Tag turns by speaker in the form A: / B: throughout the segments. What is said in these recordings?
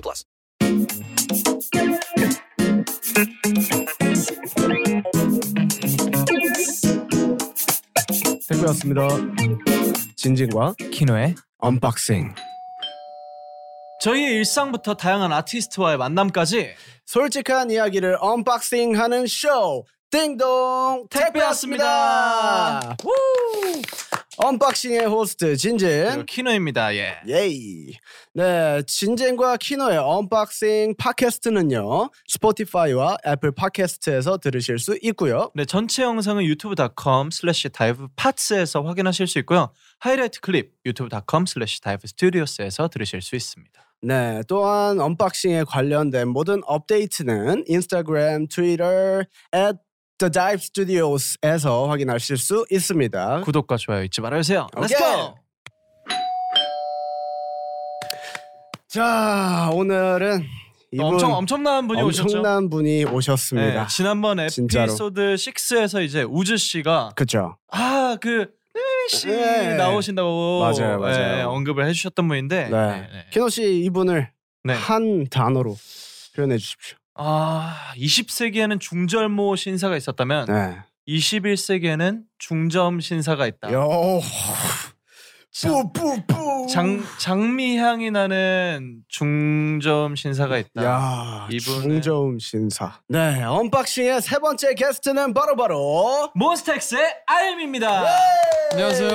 A: plus.
B: 택배 왔습니다. 진진과
C: 키노의
B: 언박싱.
D: 저희의 일상부터 다양한 아티스트와의
B: 네.
D: 만남까지
B: 솔직한 이야기를 언박싱하는 쇼. 띵동 택배 왔습니다. 우! 언박싱의 호스트
D: 그리고
B: 진진.
D: 키노입니다. 예.
B: 예이. 네, 진진과 키노의 언박싱 팟캐스트는요. 스포티파이와 애플 팟캐스트에서 들으실 수 있고요.
D: 네, 전체 영상은 유튜브.com 슬래시 다이브 파츠에서 확인하실 수 있고요. 하이라이트 클립 유튜브.com 슬래시 다이브 스튜디오스에서 들으실 수 있습니다.
B: 네, 또한 언박싱에 관련된 모든 업데이트는 인스타그램, 트위터, at the dive studios에서 확인하실 수 있습니다.
D: 구독과 좋아요 잊지 말아주세요.
B: 오케이.
D: Let's go!
B: 자, 오늘은 이분
D: 엄청, 엄청난 분이 오셨죠?
B: 엄청난 분이 오셨습니다.
D: 네, 지난번
B: 진짜로.
D: 에피소드 6에서 이제 우즈 씨가
B: 그죠?
D: 아, 그, 으이씨
B: 네.
D: 나오신다고
B: 맞아요, 맞아요.
D: 예, 언급을 해주셨던 분인데.
B: 네.
D: 네, 네.
B: 키노 씨 이분을
D: 네.
B: 한 단어로 표현해 주십시오.
D: 아, 20세기에는 중절모 신사가 있었다면
B: 네.
D: 21세기에는 중점 신사가 있다.
B: 요.
D: 장,
B: 뿌뿌뿌.
D: 장 장미 향이 나는 중점 신사가 있다.
B: 야,
D: 이분은-
B: 중저음 신사. 네, 언박싱의 세 번째 게스트는 바로바로
D: 몬스타엑스의 아이엠입니다.
C: 안녕하세요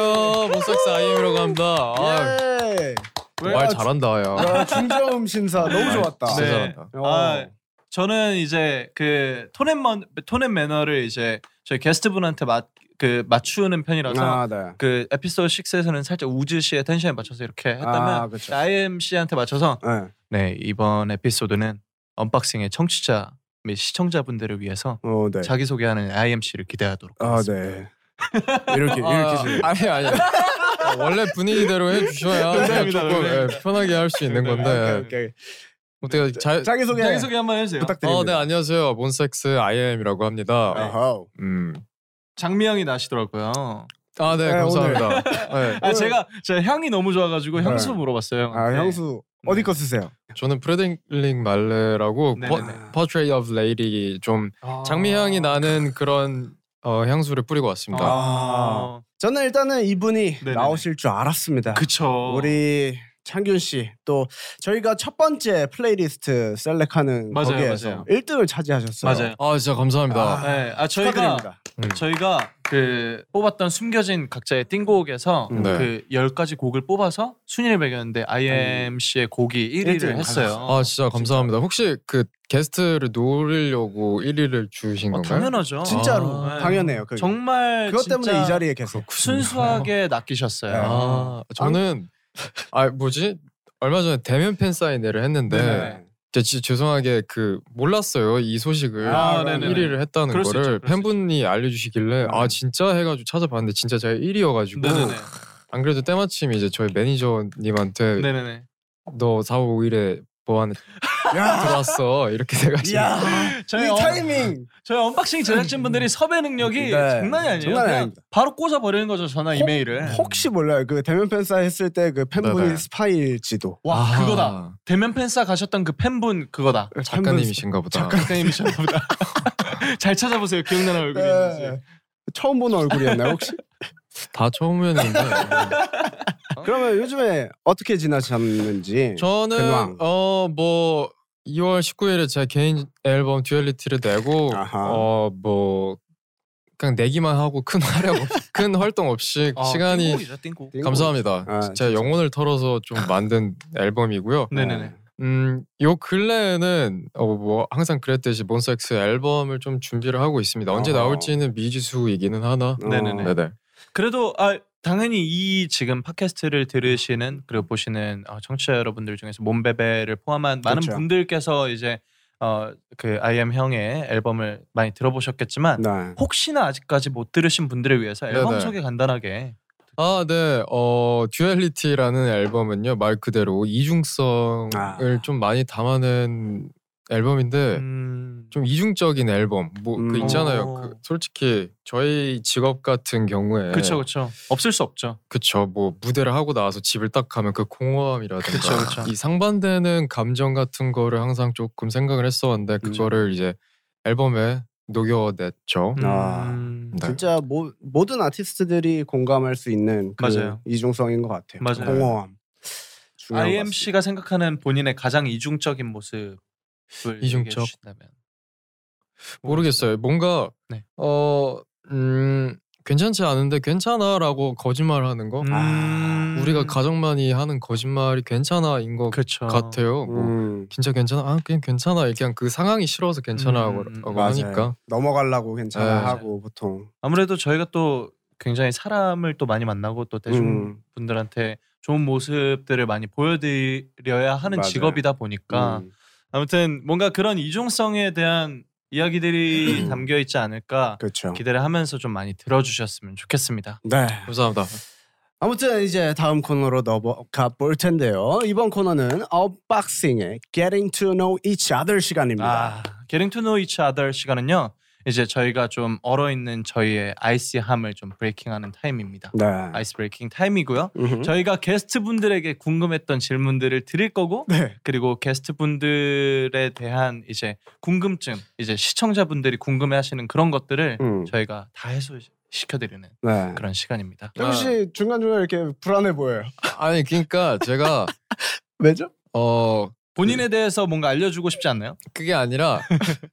C: 몬스타엑스 아이엠이라고 합니다 아,
B: 예.
C: 말 잘한다 야
B: 야, 중저음 신사 너무 좋았다.
C: 진짜
D: 네.
C: 잘한다
B: 어.
D: 아, 저는 이제 그 톤앤먼 톤앤 매너를 이제 저희 게스트분한테 맞그 맞추는 편이라서
B: 아, 네.
D: 그 에피소드 6에서는 살짝 우즈 씨의 텐션에 맞춰서 이렇게
B: 아,
D: 했다면
B: 그렇죠.
D: 아이엠 씨한테 맞춰서
B: 네.
D: 네 이번 에피소드는 언박싱의 청취자 및 시청자분들을 위해서
B: 어, 네.
D: 자기소개하는 IMC를 기대하도록
B: 아, 네. 이렇게 이렇게 지금.
C: 아, 아니 아니 아, 원래 분위기대로 해주셔야 그냥
D: 감사합니다,
C: 조금
D: 감사합니다.
C: 예, 편하게 할 수 있는 건데
B: 네, 아, 오케이, 오케이.
C: 어떻게 잘
B: 자기 소개.
D: 자기소개 한번 해주세요
B: 네. 부탁드립니다.
C: 네.
B: 네.
C: 어, 네 안녕하세요 몬스타엑스 아이엠이라고 합니다
B: 어허.
C: 음.
D: 장미향이 나시더라고요
C: 아 네
B: 네,
C: 감사합니다 네,
D: 아 제가 제가 향이 너무 좋아가지고 향수
B: 네.
D: 물어봤어요
B: 아,
D: 네.
B: 향수 어디 거 쓰세요?
C: 저는 프레딩링 말레라고
D: 네, 네,
B: 네.
C: 퍼트레이 오브 레이디 좀
D: 아.
C: 장미향이 나는 그런 어, 향수를 뿌리고 왔습니다
B: 아. 저는 일단은 이분이
D: 네네네.
B: 나오실 줄 알았습니다.
D: 그쵸 어.
B: 우리 창균 씨 또 저희가 첫 번째 플레이리스트 셀렉하는
D: 맞아요,
B: 거기에서
D: 맞아요.
B: 1등을 차지하셨어요.
D: 맞아요
C: 아 진짜 감사합니다
B: 아,
D: 네, 아 저희가
B: 축하드립니다.
C: 음.
D: 저희가 그 뽑았던 숨겨진 각자의 띵곡에서
B: 음.
C: 네.
D: 그 10가지 곡을 뽑아서 순위를 매겼는데 IMC의 곡이 1위를
B: 일등
D: 했어요
C: 아 진짜 감사합니다. 혹시 그 게스트를 노리려고 1위를 주신
B: 아,
D: 어,
C: 건가요?
D: 당연하죠
B: 진짜로
D: 아, 네.
B: 당연해요. 그게.
D: 정말
B: 그것 때문에
D: 진짜
B: 이 자리에 계속.
D: 순수하게 낚이셨어요
B: 네.
C: 아 저는 아 뭐지 얼마 전에 대면 팬 사인회를 했는데
B: 네네.
C: 진짜 지- 죄송하게 그 몰랐어요 이 소식을
B: 아, 네네네.
C: 1위를 했다는
D: 그럴 수 있죠, 그럴 수
C: 거를 팬분이 알려주시길래 아 진짜 해가지고 찾아봤는데 진짜 제가 1위여가지고
D: 네네네.
C: 안 그래도 때마침 이제 저희
B: 그
C: 매니저님한테
D: 네네네.
C: 너 4, 5, 5일에 보안
B: 야,
C: 들어왔어 이렇게 돼가지고
B: 야,
D: 저희,
B: 이
D: 언-
B: 타이밍. 음.
D: 저희 언박싱 제작진분들이 섭외 능력이
B: 네,
D: 장난이 아니에요.
B: 장난이
D: 그냥
B: 아닙니다.
D: 바로 꽂아버리는 거죠 전화 이메일을.
B: 혹시 몰라요. 그 대면 팬사 했을 때 그 팬분이
C: 네네.
B: 스파이일지도.
D: 와
C: 아,
D: 그거다. 대면 팬싸 가셨던 그 팬분 그거다.
C: 작가님이신가
B: 아.
C: 보다
D: 작가님이셨나 보다. 잘 찾아보세요. 기억나는 얼굴이
B: 네.
D: 있는지.
B: 처음 보는 얼굴이었나요 혹시?
C: 다 처음이었는데
B: 그러면 요즘에 어떻게 지나셨는지. 예, 근황.
C: 저는 어 뭐 2월 19일에 제 개인 앨범 듀얼리티를 내고
B: 아하.
C: 어 뭐 그냥 내기만 하고 큰 활약 없- 큰 활동 없이
D: 아,
C: 시간이
D: 띵곡이죠, 띵곡.
B: 띵곡.
C: 감사합니다.
B: 아,
C: 진짜,
B: 진짜.
C: 영혼을 털어서 좀 만든 앨범이고요.
D: 네네네.
C: 음요 근래에는 어 뭐 항상 그랬듯이 몬스엑스 앨범을 좀 준비를 하고 있습니다. 언제
B: 어.
C: 나올지는 미지수이기는 하나.
B: 어,
D: 네네네.
C: 네네.
D: 그래도 아 당연히 이 지금 팟캐스트를 들으시는 그리고 보시는 어, 청취자 여러분들 중에서 몸베베를 포함한 많은
B: 그렇죠.
D: 분들께서 이제 어, 그 아이엠 형의 앨범을 많이 들어보셨겠지만
B: 네.
D: 혹시나 아직까지 못 들으신 분들을 위해서 앨범
C: 네네.
D: 소개 간단하게
C: 아, 네. 어, 듀얼리티라는 앨범은요. 말 그대로 이중성을
B: 아.
C: 좀 많이 담아낸 앨범인데
D: 음,
C: 네. 좀 이중적인 앨범 뭐 그
B: 음.
C: 있잖아요.
D: 어.
C: 그 솔직히 저희 직업 같은 경우에
D: 그쵸 그쵸 없을 수 없죠
C: 그쵸 뭐 무대를 하고 나와서 집을 딱 가면 그 공허함이라든가
D: 그쵸, 그쵸.
C: 이 상반되는 감정 같은 거를 항상 조금 생각을 했었는데 그거를 이제 앨범에 녹여냈죠.
B: 아.
D: 음,
C: 네.
B: 진짜 모, 모든 아티스트들이 공감할 수 있는 그
D: 맞아요.
B: 이중성인 것 같아요.
D: 맞아요.
B: 공허함. 중요한 것
D: IM 씨가 생각하는 본인의 가장 이중적인 모습을
C: 이중적?
D: 얘기해 주신다면
C: 모르겠어요. 뭔가
D: 네.
C: 어 음, 괜찮지 않은데 괜찮아라고 거짓말하는 거.
B: 아,
C: 우리가 가정만이 하는 거짓말이 괜찮아인 것
D: 음. 그쵸.
C: 같아요.
B: 같습니다.
C: 뭐
B: 음,
C: 진짜 괜찮아. 아 그냥 괜찮아. 그냥 그 상황이 싫어서 괜찮아라고
D: 음,
B: 맞아요.
C: 하니까.
B: 넘어가려고 괜찮아
C: 그러니까. 네.
B: 하고 보통.
D: 아무래도 저희가 또 굉장히 사람을 또 많이 만나고 또
B: 음.
D: 대중분들한테 좋은 모습들을 많이 보여드려야 하는
B: 맞아요.
D: 직업이다 보니까
B: 음.
D: 아무튼 뭔가 그런 이중성에 대한 이야기들이 담겨 있지 않을까
B: 그렇죠.
D: 기대를 하면서 좀 많이 들어주셨으면 좋겠습니다.
B: 네.
C: 감사합니다.
B: 아무튼 이제 다음 코너로 넘어가 볼 텐데요. 이번 코너는 언박싱의 Getting to Know Each Other 시간입니다.
D: 아, Getting to Know Each Other 시간은요. 이제 저희가 좀 얼어 있는 저희의 아이스함을 좀 브레이킹하는 타임입니다.
B: 네.
D: 아이스 브레이킹 타임이고요.
B: 음흠.
D: 저희가 게스트 분들에게 궁금했던 질문들을 드릴 거고
B: 네.
D: 그리고 게스트 분들에 대한 이제 궁금증, 이제 시청자 분들이 궁금해하시는 그런 것들을
B: 음.
D: 저희가 다 해소시켜드리는
B: 네.
D: 그런 시간입니다.
B: 혹시
D: 아.
B: 중간중간 이렇게 불안해 보여요.
C: 아니 그러니까 제가
B: 왜죠?
C: 어
D: 본인에
B: 그
D: 대해서 뭔가 알려주고 싶지 않나요?
C: 그게 아니라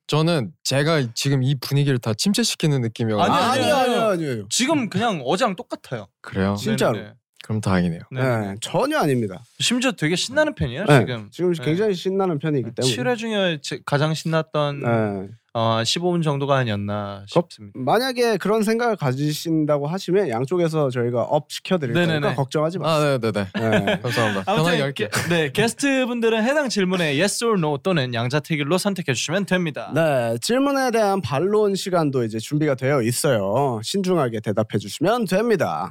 C: 저는 제가 지금 이 분위기를 다 침체시키는 느낌이어서
D: 아니요, 아니요,
B: 아니요, 아니요,
D: 아니요.
B: 아니요.
D: 지금 그냥 어제랑 똑같아요.
C: 그래요.
B: 음. 진짜로.
D: 네네네.
C: 그럼 다행이네요.
D: 네네네.
B: 네, 전혀 아닙니다.
D: 심지어 되게 신나는 편이에요
B: 네,
D: 지금.
B: 지금
D: 네.
B: 굉장히 신나는 편이기 때문에.
D: 7회 중에 제- 가장 신났던
B: 네.
D: 어, 15분 정도가 아니었나 싶습니다.
B: 만약에 그런 생각을 가지신다고 하시면 양쪽에서 저희가 업 시켜드릴
D: 네네네.
B: 테니까 걱정하지 마세요.
C: 아 네네네.
B: 네.
C: 감사합니다. 편하게
D: 아무튼 게,
C: 할게요.
D: 네 게스트 분들은 해당 질문에 yes or no 또는 양자택일로 선택해 주시면 됩니다.
B: 네, 질문에 대한 반론 시간도 이제 준비가 되어 있어요. 신중하게 대답해 주시면 됩니다.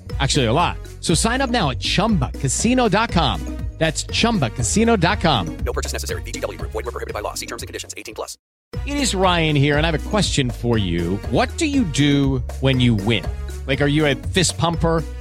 E: Actually, a lot. So sign up now at chumbacasino.com. That's chumbacasino.com.
A: No purchase necessary. VGW Group. Void were prohibited by law. See terms and conditions. 18 plus.
E: It is Ryan here, and I have a question for you. What do you do when you win? Like, are you a fist pumper,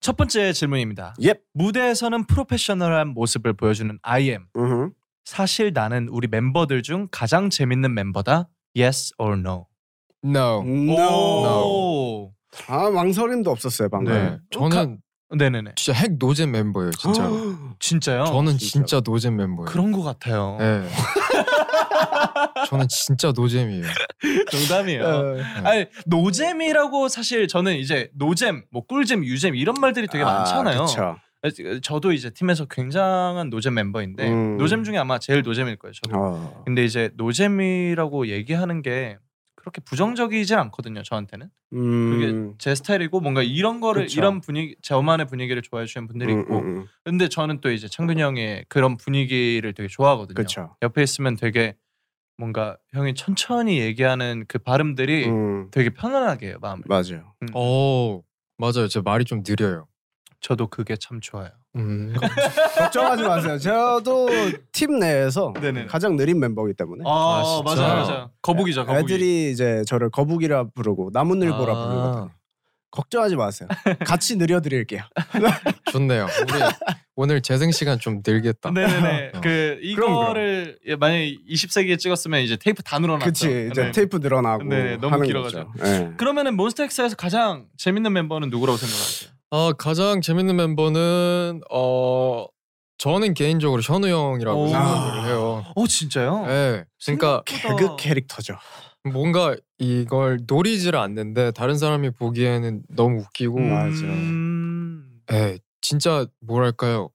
D: 첫 번째 질문입니다.
B: 옙.
D: 무대에서는 프로페셔널한 모습을 보여주는 IM.
B: 음흠.
D: 사실 나는 우리 멤버들 중 가장 재밌는 멤버다. Yes or no?
B: 음,
C: No.
D: 음,
B: No.
D: 오.
B: 아 망설임도 없었어요 방금.
C: 네. 저는
D: 네네네.
C: 진짜 핵 노잼 멤버예요.
B: 아,
C: 진짜. 로
D: 진짜요?
C: 저는
B: 진짜로.
C: 진짜 노잼 멤버예요.
D: 그런 것 같아요.
C: 네. 저는 진짜 노잼이에요.
D: 농담이에요.
B: 어,
D: 아니 노잼이라고 사실 저는 이제 노잼, 뭐 꿀잼, 유잼 이런 말들이 되게 많잖아요.
B: 그쵸.
D: 저도 이제 팀에서 굉장한 노잼 멤버인데
B: 음.
D: 노잼 중에 아마 제일 노잼일 거예요. 저도.
B: 어.
D: 근데 이제 노잼이라고 얘기하는 게 그렇게 부정적이지 않거든요. 저한테는
B: 음.
D: 제 스타일이고 뭔가 이런 거를
B: 그쵸.
D: 이런 분위기 저만의 분위기를 좋아해 주는 분들이
B: 음,
D: 있고
B: 음, 음.
D: 근데 저는 또 이제 창균이 형의 그런 분위기를 되게 좋아하거든요.
B: 그쵸.
D: 옆에 있으면 되게 뭔가 형이 천천히 얘기하는 그 발음들이
B: 음.
D: 되게 편안하게 해요 마음을.
C: 어,
B: 맞아요.
C: 오 맞아요. 제 말이 좀 느려요.
D: 저도 그게 참 좋아요.
C: 음.
B: 걱정하지 마세요. 저도 팀 내에서
D: 네네네.
B: 가장 느린 멤버이기 때문에
D: 아,
C: 진짜요?
D: 맞아요, 맞아요. 거북이죠, 거북이.
B: 애들이 이제 저를 거북이라 부르고 나무늘보라
C: 아.
B: 부르거든요. 걱정하지 마세요. 같이 느려드릴게요.
C: 좋네요. 우리 오늘 재생 시간 좀 늘겠다.
D: 네네네.
C: 어.
D: 그
B: 그럼,
D: 이거를 예, 만약에 20세기에 찍었으면 이제 테이프 다 늘어났죠.
B: 그치 이제
D: 네.
B: 테이프 늘어나고
D: 네, 너무
B: 하는
D: 길어가지고.
B: 거죠. 네.
D: 그러면은 몬스타엑스에서 가장 재밌는 멤버는 누구라고 생각하세요?
C: 아 가장 재밌는 멤버는 어 저는 개인적으로 현우 형이라고
D: 오.
C: 생각을 해요.
D: 어 진짜요?
C: 예. 그러니까
B: 개그 캐릭터죠.
C: 뭔가 이걸 노리지를 않는데 다른 사람이 보기에는 너무 웃기고
B: 음. 맞아.
D: 음...
C: 예. 진짜 뭐랄까요?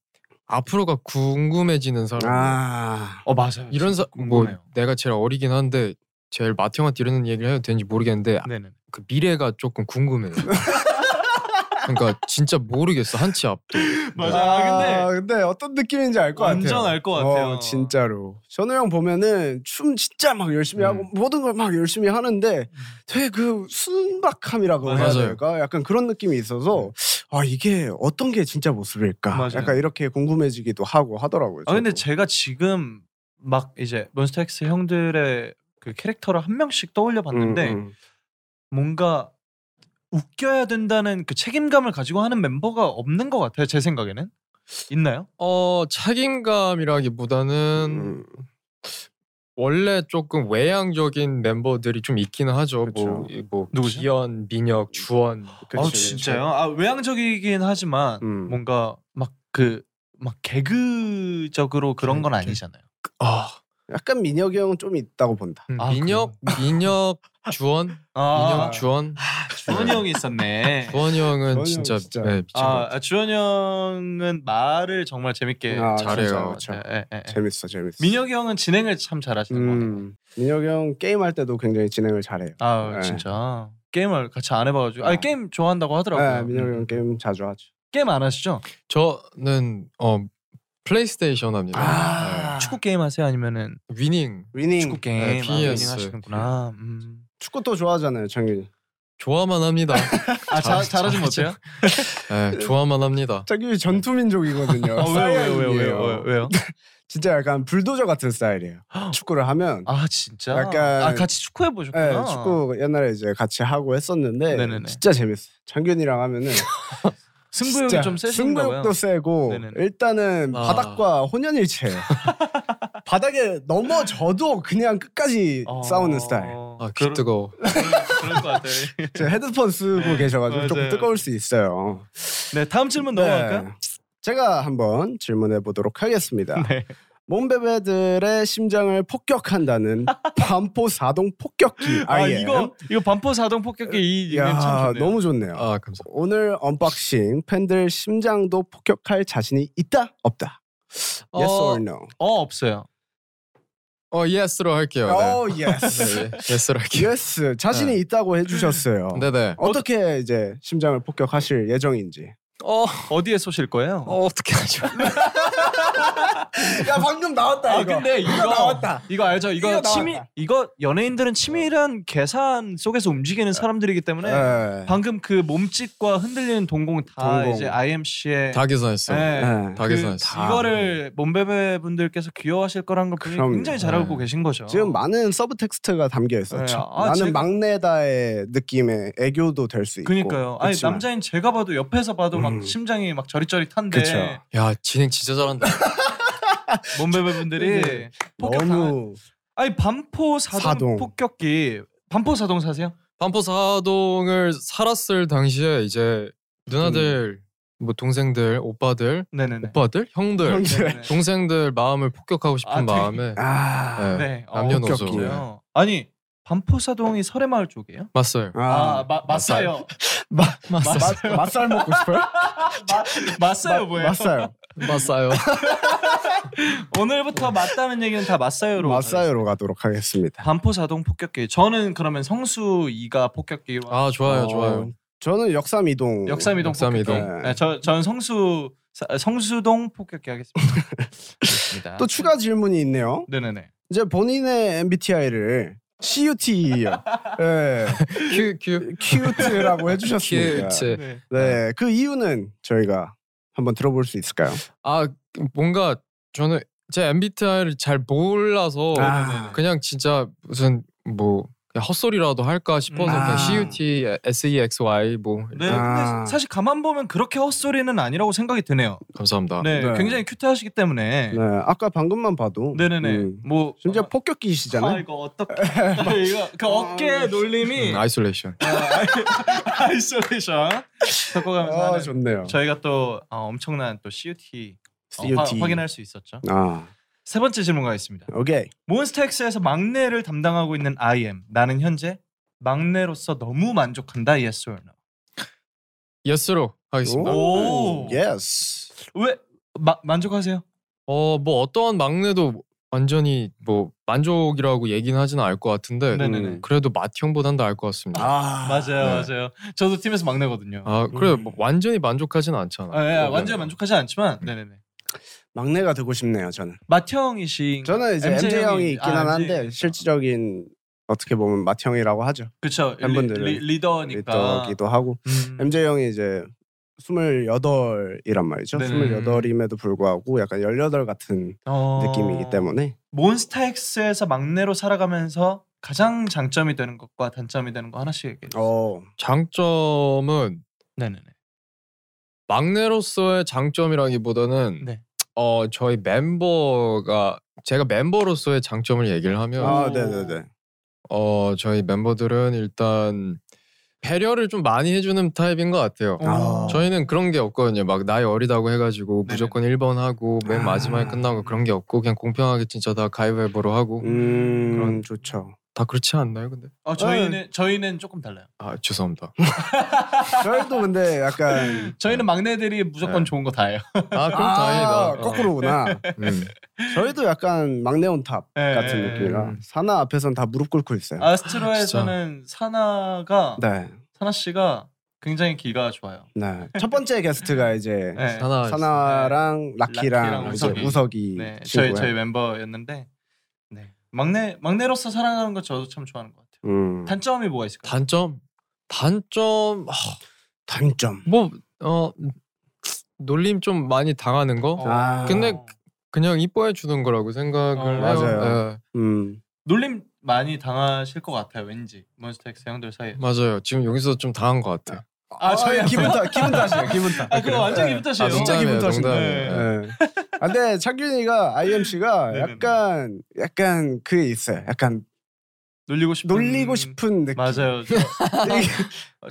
C: 앞으로가 궁금해지는 사람.
B: 아
D: 어 맞아요.
C: 이런 사, 뭐
D: 궁금해요.
C: 내가 제일 어리긴 한데 제일 마태형한테 이런 얘기를 해도 되는지 모르겠는데
D: 네네.
C: 그 미래가 조금 궁금해요. 그러니까 진짜 모르겠어 한치 앞도.
D: 맞아요. 아,
B: 아,
D: 근데
B: 근데 어떤 느낌인지 알 것 같아요.
D: 완전 알 것 같아요.
B: 어, 진짜로. 현우 형 보면은 춤 진짜 막 열심히 하고
C: 음.
B: 모든 걸 막 열심히
D: 음.
B: 하는데 되게 그 순박함이라고 해야
C: 맞아요.
B: 될까? 약간 그런 느낌이 있어서 아 이게 어떤 게 진짜 모습일까?
D: 맞아요.
B: 약간 이렇게 궁금해지기도 하고 하더라고요.
D: 아 근데
B: 저도.
D: 제가 지금 막 이제 몬스타엑스 형들의 그 캐릭터를 한 명씩 떠올려 봤는데
B: 음, 음.
D: 뭔가 웃겨야 된다는 그 책임감을 가지고 하는 멤버가 없는 것 같아요. 제 생각에는 있나요?
C: 어 책임감이라기보다는
B: 음.
C: 원래 조금 외향적인 멤버들이 좀 있기는 하죠.
B: 그쵸.
C: 뭐, 이- 뭐
D: 누구죠?
C: 기현, 민혁, 주원.
B: 그치,
D: 아
B: 그치.
D: 진짜요? 아 외향적이긴 하지만
B: 음.
D: 뭔가 막 그 막 개그적으로 그런
C: 음,
D: 건 아니잖아요.
C: 아,
B: 약간 민혁이 형 좀 있다고 본다.
C: 음,
D: 아,
C: 민혁, 민혁, 주원, 민혁, 주원.
D: 주원이 형이 있었네.
C: 주원 형은
B: 주원이
C: 진짜,
B: 형 진짜.
C: 예, 미친 것
D: 아
C: 같아요.
D: 아, 주원 형은 말을 정말 재밌게
B: 아,
C: 잘해요.
B: 진짜, 그쵸.
D: 예, 예, 예.
B: 재밌어, 재밌어.
D: 민혁이 형은 진행을 참 잘하시는 것 같아요.
B: 음. 민혁이 형 게임 할 때도 굉장히 진행을 잘해요.
D: 아
B: 네.
D: 진짜 게임을 같이 안 해봐가지고 아
B: 네.
D: 게임 좋아한다고 하더라고요.
B: 네, 민혁이 형
D: 음.
B: 게임 자주 하죠.
D: 게임 안 하시죠?
C: 저는 어 플레이스테이션 합니다.
B: 아.
D: 축구 게임 하세요 아니면은
C: 예, 위닝
B: 위닝
D: 축구 게임
C: 네,
D: 아, 위닝
C: PS.
D: 하시는구나. 음.
B: 축구도 좋아하잖아요, 창균이.
C: 좋아만 합니다.
D: 아 자,
C: 잘-
D: 잘하진
C: 잘-
D: 못해요?
C: 예, 좋아만 합니다.
B: 창균이 전투민족이거든요.
D: 아, 왜요 왜요 왜요
B: 스타일이에요.
D: 왜요 왜요?
B: 진짜 약간 불도저 같은 스타일이에요. 축구를 하면
D: 아 진짜?
B: 약간-
D: 아 같이 축구해
B: 예,
D: 보셨구나.
B: 축구 옛날에 이제 같이 하고 했었는데
D: 네네네.
B: 진짜 재밌어요. 창균이랑 하면은
D: 승부욕이
B: 진짜
D: 좀 세신가 봐요.
B: 승부욕도 세고
D: 네네네.
B: 일단은
C: 아.
B: 바닥과 혼연일체예요. 바닥에 넘어져도 그냥 끝까지
D: 어,
B: 싸우는 스타일.
C: 아, 귀
D: 그럴- 음,
C: 뜨거워.
D: 그럴 것 같아요.
B: 제 헤드폰 쓰고
D: 네,
B: 계셔가지고 조금
D: 맞아요.
B: 뜨거울 수 있어요.
D: 네 다음 질문 넘어갈까요?
B: 네. 제가 한번 질문해 보도록 하겠습니다.
D: 네.
B: 몸베베들의 심장을 폭격한다는 반포 사동 폭격기
D: 아
B: IM.
D: 이거 이거 반포 사동 폭격기 이 이름 참
B: 야,
D: 좋네요.
B: 너무 좋네요.
C: 아 감사.
B: 오늘 언박싱 팬들 심장도 폭격할 자신이 있다 없다. Yes
C: 어,
B: or no?
D: 어 없어요.
C: 어 예스로
D: 네.
C: 할게요.
B: 어,
C: 네.
B: yes.
C: 네, 예, 예스로 할게요.
B: yes. 자신이
C: 네.
B: 있다고 예. 해주셨어요.
C: 네네.
B: 어떻게 이제 심장을 폭격하실 예정인지.
C: 어,
D: 어디에 쏘실 거예요?
C: 어 어떻게 하죠?
B: 야 방금 나왔다
D: 아 근데 이거
B: 나왔다.
D: 이거 알죠? 이거,
B: 이거 나왔다.
D: 치밀 이거 연예인들은 치밀한 계산 속에서 움직이는 사람들이기 때문에
B: 네.
D: 방금 그 몸짓과 흔들리는 동공 다
B: 동공.
D: 이제 IMC의
C: 다 계산했어.
D: 네.
B: 네.
C: 다
D: 그
C: 계산했어.
B: 다-
D: 이거를 몸베베 분들께서 귀여워하실 거란 걸 분명히
B: 그럼요.
D: 굉장히 잘 알고
C: 네.
D: 계신 거죠.
B: 지금 많은 서브 텍스트가 담겨 있었죠.
D: 네, 아,
B: 나는
D: 제가-
B: 막내다의 느낌의 애교도 될 수 있고.
D: 그니까요. 아니
B: 그치만-
D: 남자인 제가 봐도 옆에서 봐도
B: 음.
D: 막 심장이 막 저릿저릿한데
B: 그쵸.
C: 야 진행 진짜 잘한다.
D: 몸베베 분들이
B: 네.
D: 폭격당.
B: 너무
D: 아니 반포 사동,
B: 사동.
D: 폭격기 반포 사동 사세요?
C: 반포 사동을 살았을 당시에 이제 누나들, 뭐 동생들, 오빠들,
D: 네네네.
C: 오빠들, 형들,
B: 형들.
D: 네네네.
C: 동생들 마음을 폭격하고 싶은
D: 아, 되게-
C: 마음에
B: 아.
C: 네.
D: 네. 어,
C: 남녀노소.
D: 폭격기요. 아니 반포사동이 설해마을 쪽이에요?
C: 네. 맞어요.
D: 아,
B: 아,
D: 마, 맞아요.
B: 맛 맛살 먹고 싶어요?
D: 아, 맞아요 뭐예요?
B: 맛살.
C: 맞아요.
D: 오늘부터 맞다는 얘기는 다 뭐. 맞아요로.
B: 맛살로 가도록 하겠습니다.
D: 반포사동 폭격기. 저는 그러면 성수 2가 폭격기로.
C: 아 좋아요,
B: 어,
C: 좋아요.
B: 저는 역삼 이동.
D: 역삼이동
C: 역삼이동.
D: 폭격기. 네, 저 저는 성수 사- 성수동 폭격기 하겠습니다. 알겠습니다.
B: 또 추가 질문이 있네요.
D: 네네네.
B: 이제 본인의 MBTI를 CUT예요. 네.
C: 큐 큐.
B: 큐트라고 해주셨습니다.
C: 큐트.
D: 네.
B: 네, 그 이유는 저희가 한번 들어볼 수 있을까요?
C: 아 뭔가 저는 제 MBTI를 잘 몰라서
B: 아.
C: 그냥 진짜 무슨 뭐 그냥 헛소리라도 할까 싶어서
D: 음.
B: 아.
C: 그냥 CUT, SEXY 뭐
D: 네,
B: 아.
D: 근데 사실 가만 보면 그렇게 헛소리는 아니라고 생각이 드네요.
C: 감사합니다.
D: 네,
B: 네.
D: 굉장히 큐트하시기 때문에.
B: 네, 아까 방금만 봐도
D: 네, 네, 네.
B: 음,
D: 뭐
B: 진짜
D: 아, 아,
B: 폭격기시잖아요. 아,
D: 이거 어떻게? 이거 그 어깨 놀림이
C: 음, 아이솔레이션.
D: 아이솔레이션 섞어가면서
B: 아,
D: 하는
B: 좋네요.
D: 저희가 또 어, 엄청난 또 CUT, 어,
B: CUT.
D: 화- 확인할 수 있었죠.
B: 아,
D: 세 번째 질문가 있습니다.
B: 오케이.
D: 몬스타엑스에서 막내를 담당하고 있는 IM 나는 현재 막내로서 너무 만족한다. Yes or no?
C: 예스로 하겠습니다.
D: 오.
B: 예스.
D: 왜 마, 만족하세요?
C: 어 뭐 어떠한 막내도 완전히 뭐 만족이라고 얘기는 하지는 않을 것 같은데
D: 네, 네, 네.
B: 음.
C: 그래도 마티형보단 나을 것 같습니다. 아,
B: 아,
D: 맞아요,
C: 네.
D: 맞아요. 저도 팀에서 막내거든요.
C: 그래 뭐 완전히 만족하진 않잖아. 어, 네.
D: 아, 음. 예,
B: 어,
D: 완전 만족하지 않지만, 네네네.
B: 막내가 되고 싶네요, 저는.
C: 음.
D: 마티형이신
B: 저는 이제 MJ, 형이 있긴
D: 아,
B: 는
D: MJ.
B: 한데 실질적인 어떻게 보면 마티 형이라고 하죠.
D: 그쵸
B: 팬분들은
D: 리, 리, 더니
C: 그러니까.
D: 까 음.
B: 리더기도 하고
C: 음.
B: MJ 형이 이제 28이란 말이죠.
D: 네네.
B: 28임에도 불구하고 약간 18 같은
C: 아.
B: 느낌이기 때문에
D: 몬스타엑스에서 어. 막내로 살아가면서 가장 장점이 되는 것과 단점이 되는 거 하나씩 얘기해 주세요.
B: 어,
C: 장점은
D: 네네네.
C: 막내로서의 장점이라기보다는
D: 네.
C: 어 저희 멤버가 제가 멤버로서의 장점을 얘기를 하면
B: 아, 네, 네, 네.
C: 어 저희 멤버들은 일단 배려를 좀 많이 해주는 타입인 것 같아요.
B: 아.
C: 어. 저희는 그런 게 없거든요. 막 나이 어리다고 해가지고
D: 네네.
C: 무조건 1번 하고 맨
B: 아.
C: 마지막에 끝나고 그런 게 없고 그냥 공평하게 진짜 다 가위바위보로 하고
B: 음,
C: 그런-
B: 좋죠.
C: 다 그렇지 않나요? 근데
B: 네.
D: 어, 저희는 저희는 조금 달라요.
C: 아 죄송합니다.
B: 저희도 근데 약간
D: 저희는 막내들이 무조건
C: 네.
D: 좋은 거 다 해요.
C: 아 그럼
B: 아,
C: 다행이다. 어. 네.
B: 거꾸로구나.
C: 음.
B: 저희도 약간 막내 온탑
D: 예,
B: 같은
D: 예, 예.
B: 느낌이라 사나 앞에선 다 무릎 꿇고 있어요.
C: 아.
D: 아스트로에서는 사나가
B: 네,
D: 사나 씨가 굉장히 기가 좋아요.
B: 네. 첫 번째 게스트가 이제
D: 네.
C: 하나
B: 사나랑 락키랑
D: 락키랑
B: 이제
D: 우석이.
B: 우석이
D: 네, 저희
B: 친구예요.
D: 저희 멤버였는데 네. 막내 막내로서 살아가는 거 저도 참 좋아하는 것 같아요.
B: 음.
D: 단점이 뭐가 있을까요?
C: 단점 단점
B: 단점.
C: 뭐 어 놀림 좀 많이 당하는 거
D: 어.
B: 아.
C: 근데 그냥 이뻐해 주는 거라고 생각을
D: 어,
C: 해요.
B: 맞아요.
C: 예,
B: 음.
D: 놀림 많이 당하실 것 같아요. 왠지 몬스타엑스 형들 사이에.
C: 맞아요. 지금 여기서 좀 당한 것 같아. 요
D: 아, 저희
B: 예, 기분 탓, 기분 탓이에요, 기분 탓.
D: 아 그거 완전 기분 탓이에요.
C: 아,
B: 진짜 기분
C: 농담이에요,
B: 탓이네.
C: 농담이에요. 예.
B: 네. 아, 근데 창균이가 IMC가
D: 네네네.
B: 약간 약간 그게 있어요. 약간
D: 놀리고 싶은
B: 놀리고 싶은 느낌.
D: 음. 맞아요. 저-
B: 되게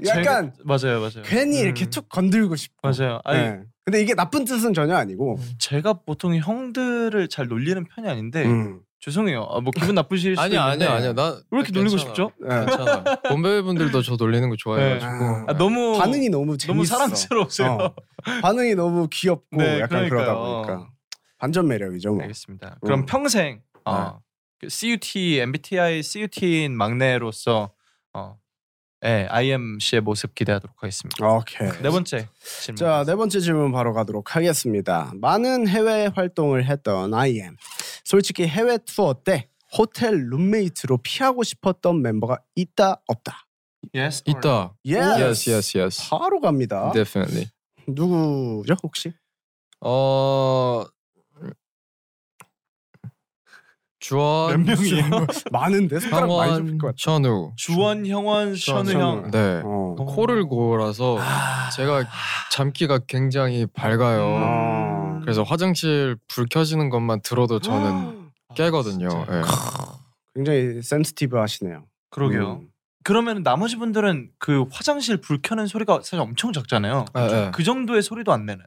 B: 약간-
D: 제가- 맞아요, 맞아요.
B: 괜히 이렇게
C: 음.
B: 툭 건들고 싶고.
D: 맞아요. 아니
B: 네. 근데 이게 나쁜 뜻은 전혀 아니고.
D: 제가 보통 형들을 잘 놀리는 편이 아닌데
B: 음.
D: 죄송해요. 아, 뭐 기분 나쁘실 수도
C: 아니
D: 있는데
C: 아니 아니야. 나
D: 왜 이렇게 놀리고 싶죠?
B: 네.
C: 괜찮아. 본배 분들도 저 놀리는 거 좋아해가지고
B: 네.
D: 아, 너무
B: 반응이 너무 재밌어.
D: 너무 사랑스러우세요.
B: 어. 반응이 너무 귀엽고
D: 네,
B: 약간 그러다
D: 그러니까요. 네.
B: 보니까 반전 매력이죠. 뭐.
D: 알겠습니다. 그럼
B: 음.
D: 평생 어, 그 CUT, MBTI CUT인 막내로서 어, 예, IMC의 모습 기대하도록 하겠습니다.
B: 오케이.
D: 네 번째 질문.
B: 자, 네 번째 질문 바로 가도록 하겠습니다. 많은 해외 활동을 했던 IM. 솔직히 해외 투어 때 호텔 룸메이트로 피하고 싶었던 멤버가 있다 없다.
D: yes or no?
C: 아, 있다.
B: Yes.
C: Yes yes 네. yes.
B: 바로 갑니다.
D: 아.
C: Definitely.
B: 누구죠 혹시?
C: 어
D: 몇
C: 주원
D: 명이에요?
B: 뭐 많은데 손가락 많이
C: 강원
B: 좁힐 것 같아.
C: 천우.
D: 주원, 형원,
B: 주원,
D: 션우 형.
B: 션우.
C: 네.
B: 어.
C: 코를 골아서 제가 잠기가 굉장히 밝아요.
B: 아.
C: 어. 그래서 화장실 불 켜지는 것만 들어도 저는 깨거든요.
D: 진짜요?
C: 예.
B: 굉장히 센스티브 하시네요.
D: 그러게요.
B: 음.
D: 그러면 나머지 분들은 그 화장실 불 켜는 소리가 사실 엄청 작잖아요.
C: 예, 예.
D: 그 정도의 소리도 안 내나요?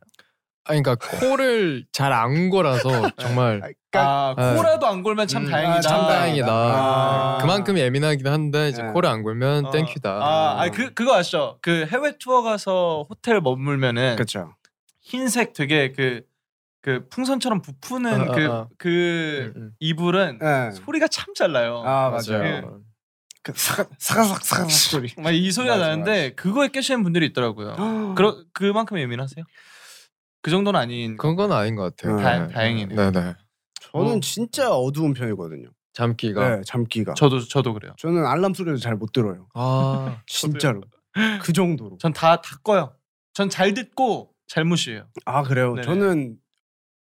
C: 아니, 그러니까 코를 잘 안 골아서 정말
D: 아,
C: 예.
D: 코라도 안 골면 참
C: 음,
D: 다행이다.
C: 참 다행이다.
B: 아.
C: 그만큼 예민하긴 한데 이제
B: 네.
C: 코를 안 골면
D: 어.
C: 땡큐다.
D: 아, 아니, 그 그거 아시죠? 그 해외 투어 가서 호텔 머물면은
B: 그렇죠.
D: 흰색 되게 그 그 풍선처럼 부푸는
C: 아,
D: 그 그
C: 아, 아. 음,
D: 이불은
B: 예.
D: 소리가 참 잘 나요.
B: 아
C: 맞아요. 예.
B: 맞아요. 그 사가 사가삭 사가삭 소리.
D: 막 이 소리가
B: 맞아,
D: 나는데 그거에 깨시는 분들이 있더라고요. 그러 그만큼 예민하세요? 그 정도는 아닌
C: 그건 아닌 것 같아요. 네.
B: 음.
D: 다- 다행이네요.
C: 네네. 어,
B: 저는 진짜 어두운 편이거든요.
C: 잠기가
B: 네, 잠기가. 저...
D: 저도 저도 그래요.
B: 는 알람 소리도 잘 못 들어요.
C: 아
B: 진짜로. 그 정도로.
D: 전 다 다 꺼요. 전 잘 듣고 잘 무시해요.
B: 아 그래요.
D: 네네.
B: 저는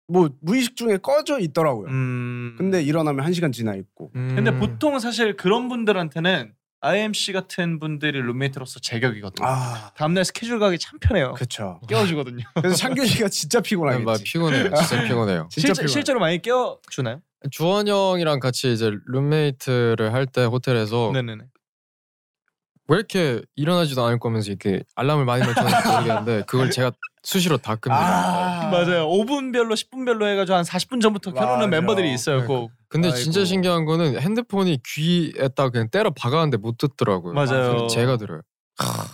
B: 뭐 무의식 중에 꺼져 있더라고요.
D: 음.
B: 네. 근데 일어나면 한 시간 지나 있고.
C: 음.
D: 근데 보통 사실 그런 분들한테는 IMC 같은 분들이 룸메이트로서 제격이거든요.
B: 아
D: 다음날 스케줄 가기 참 편해요.
B: 그쵸.
D: 깨워주거든요.
B: 그래서 창균이가 진짜
C: 네, 막
B: 피곤하겠지.
C: 피곤해요. 진짜 피곤해요.
B: 진짜
D: 아, 실제,
B: 피곤해.
D: 실제로 많이 깨워주나요?
C: 주원 형이랑 같이 이제 룸메이트를 할 때
B: 어.
C: 호텔에서
D: 네네네.
C: 왜 이렇게 일어나지도 않을 거면서 이렇게 알람을 많이 맞춰는지 모르겠는데 그걸 제가 수시로 다 끕니다.
B: 아
D: 맞아요. 5분별로 10분별로 해가지고 한 40분 전부터 켜놓는
B: 맞아요. 그
D: 멤버들이 있어요.
C: 네,
D: 꼭.
C: 근데 진짜
B: 아이고.
C: 신기한 거는 핸드폰이 귀에 딱 그냥 때려 박았는데 못 듣더라고요.
D: 맞아요.
C: 그래서 제가 들어요.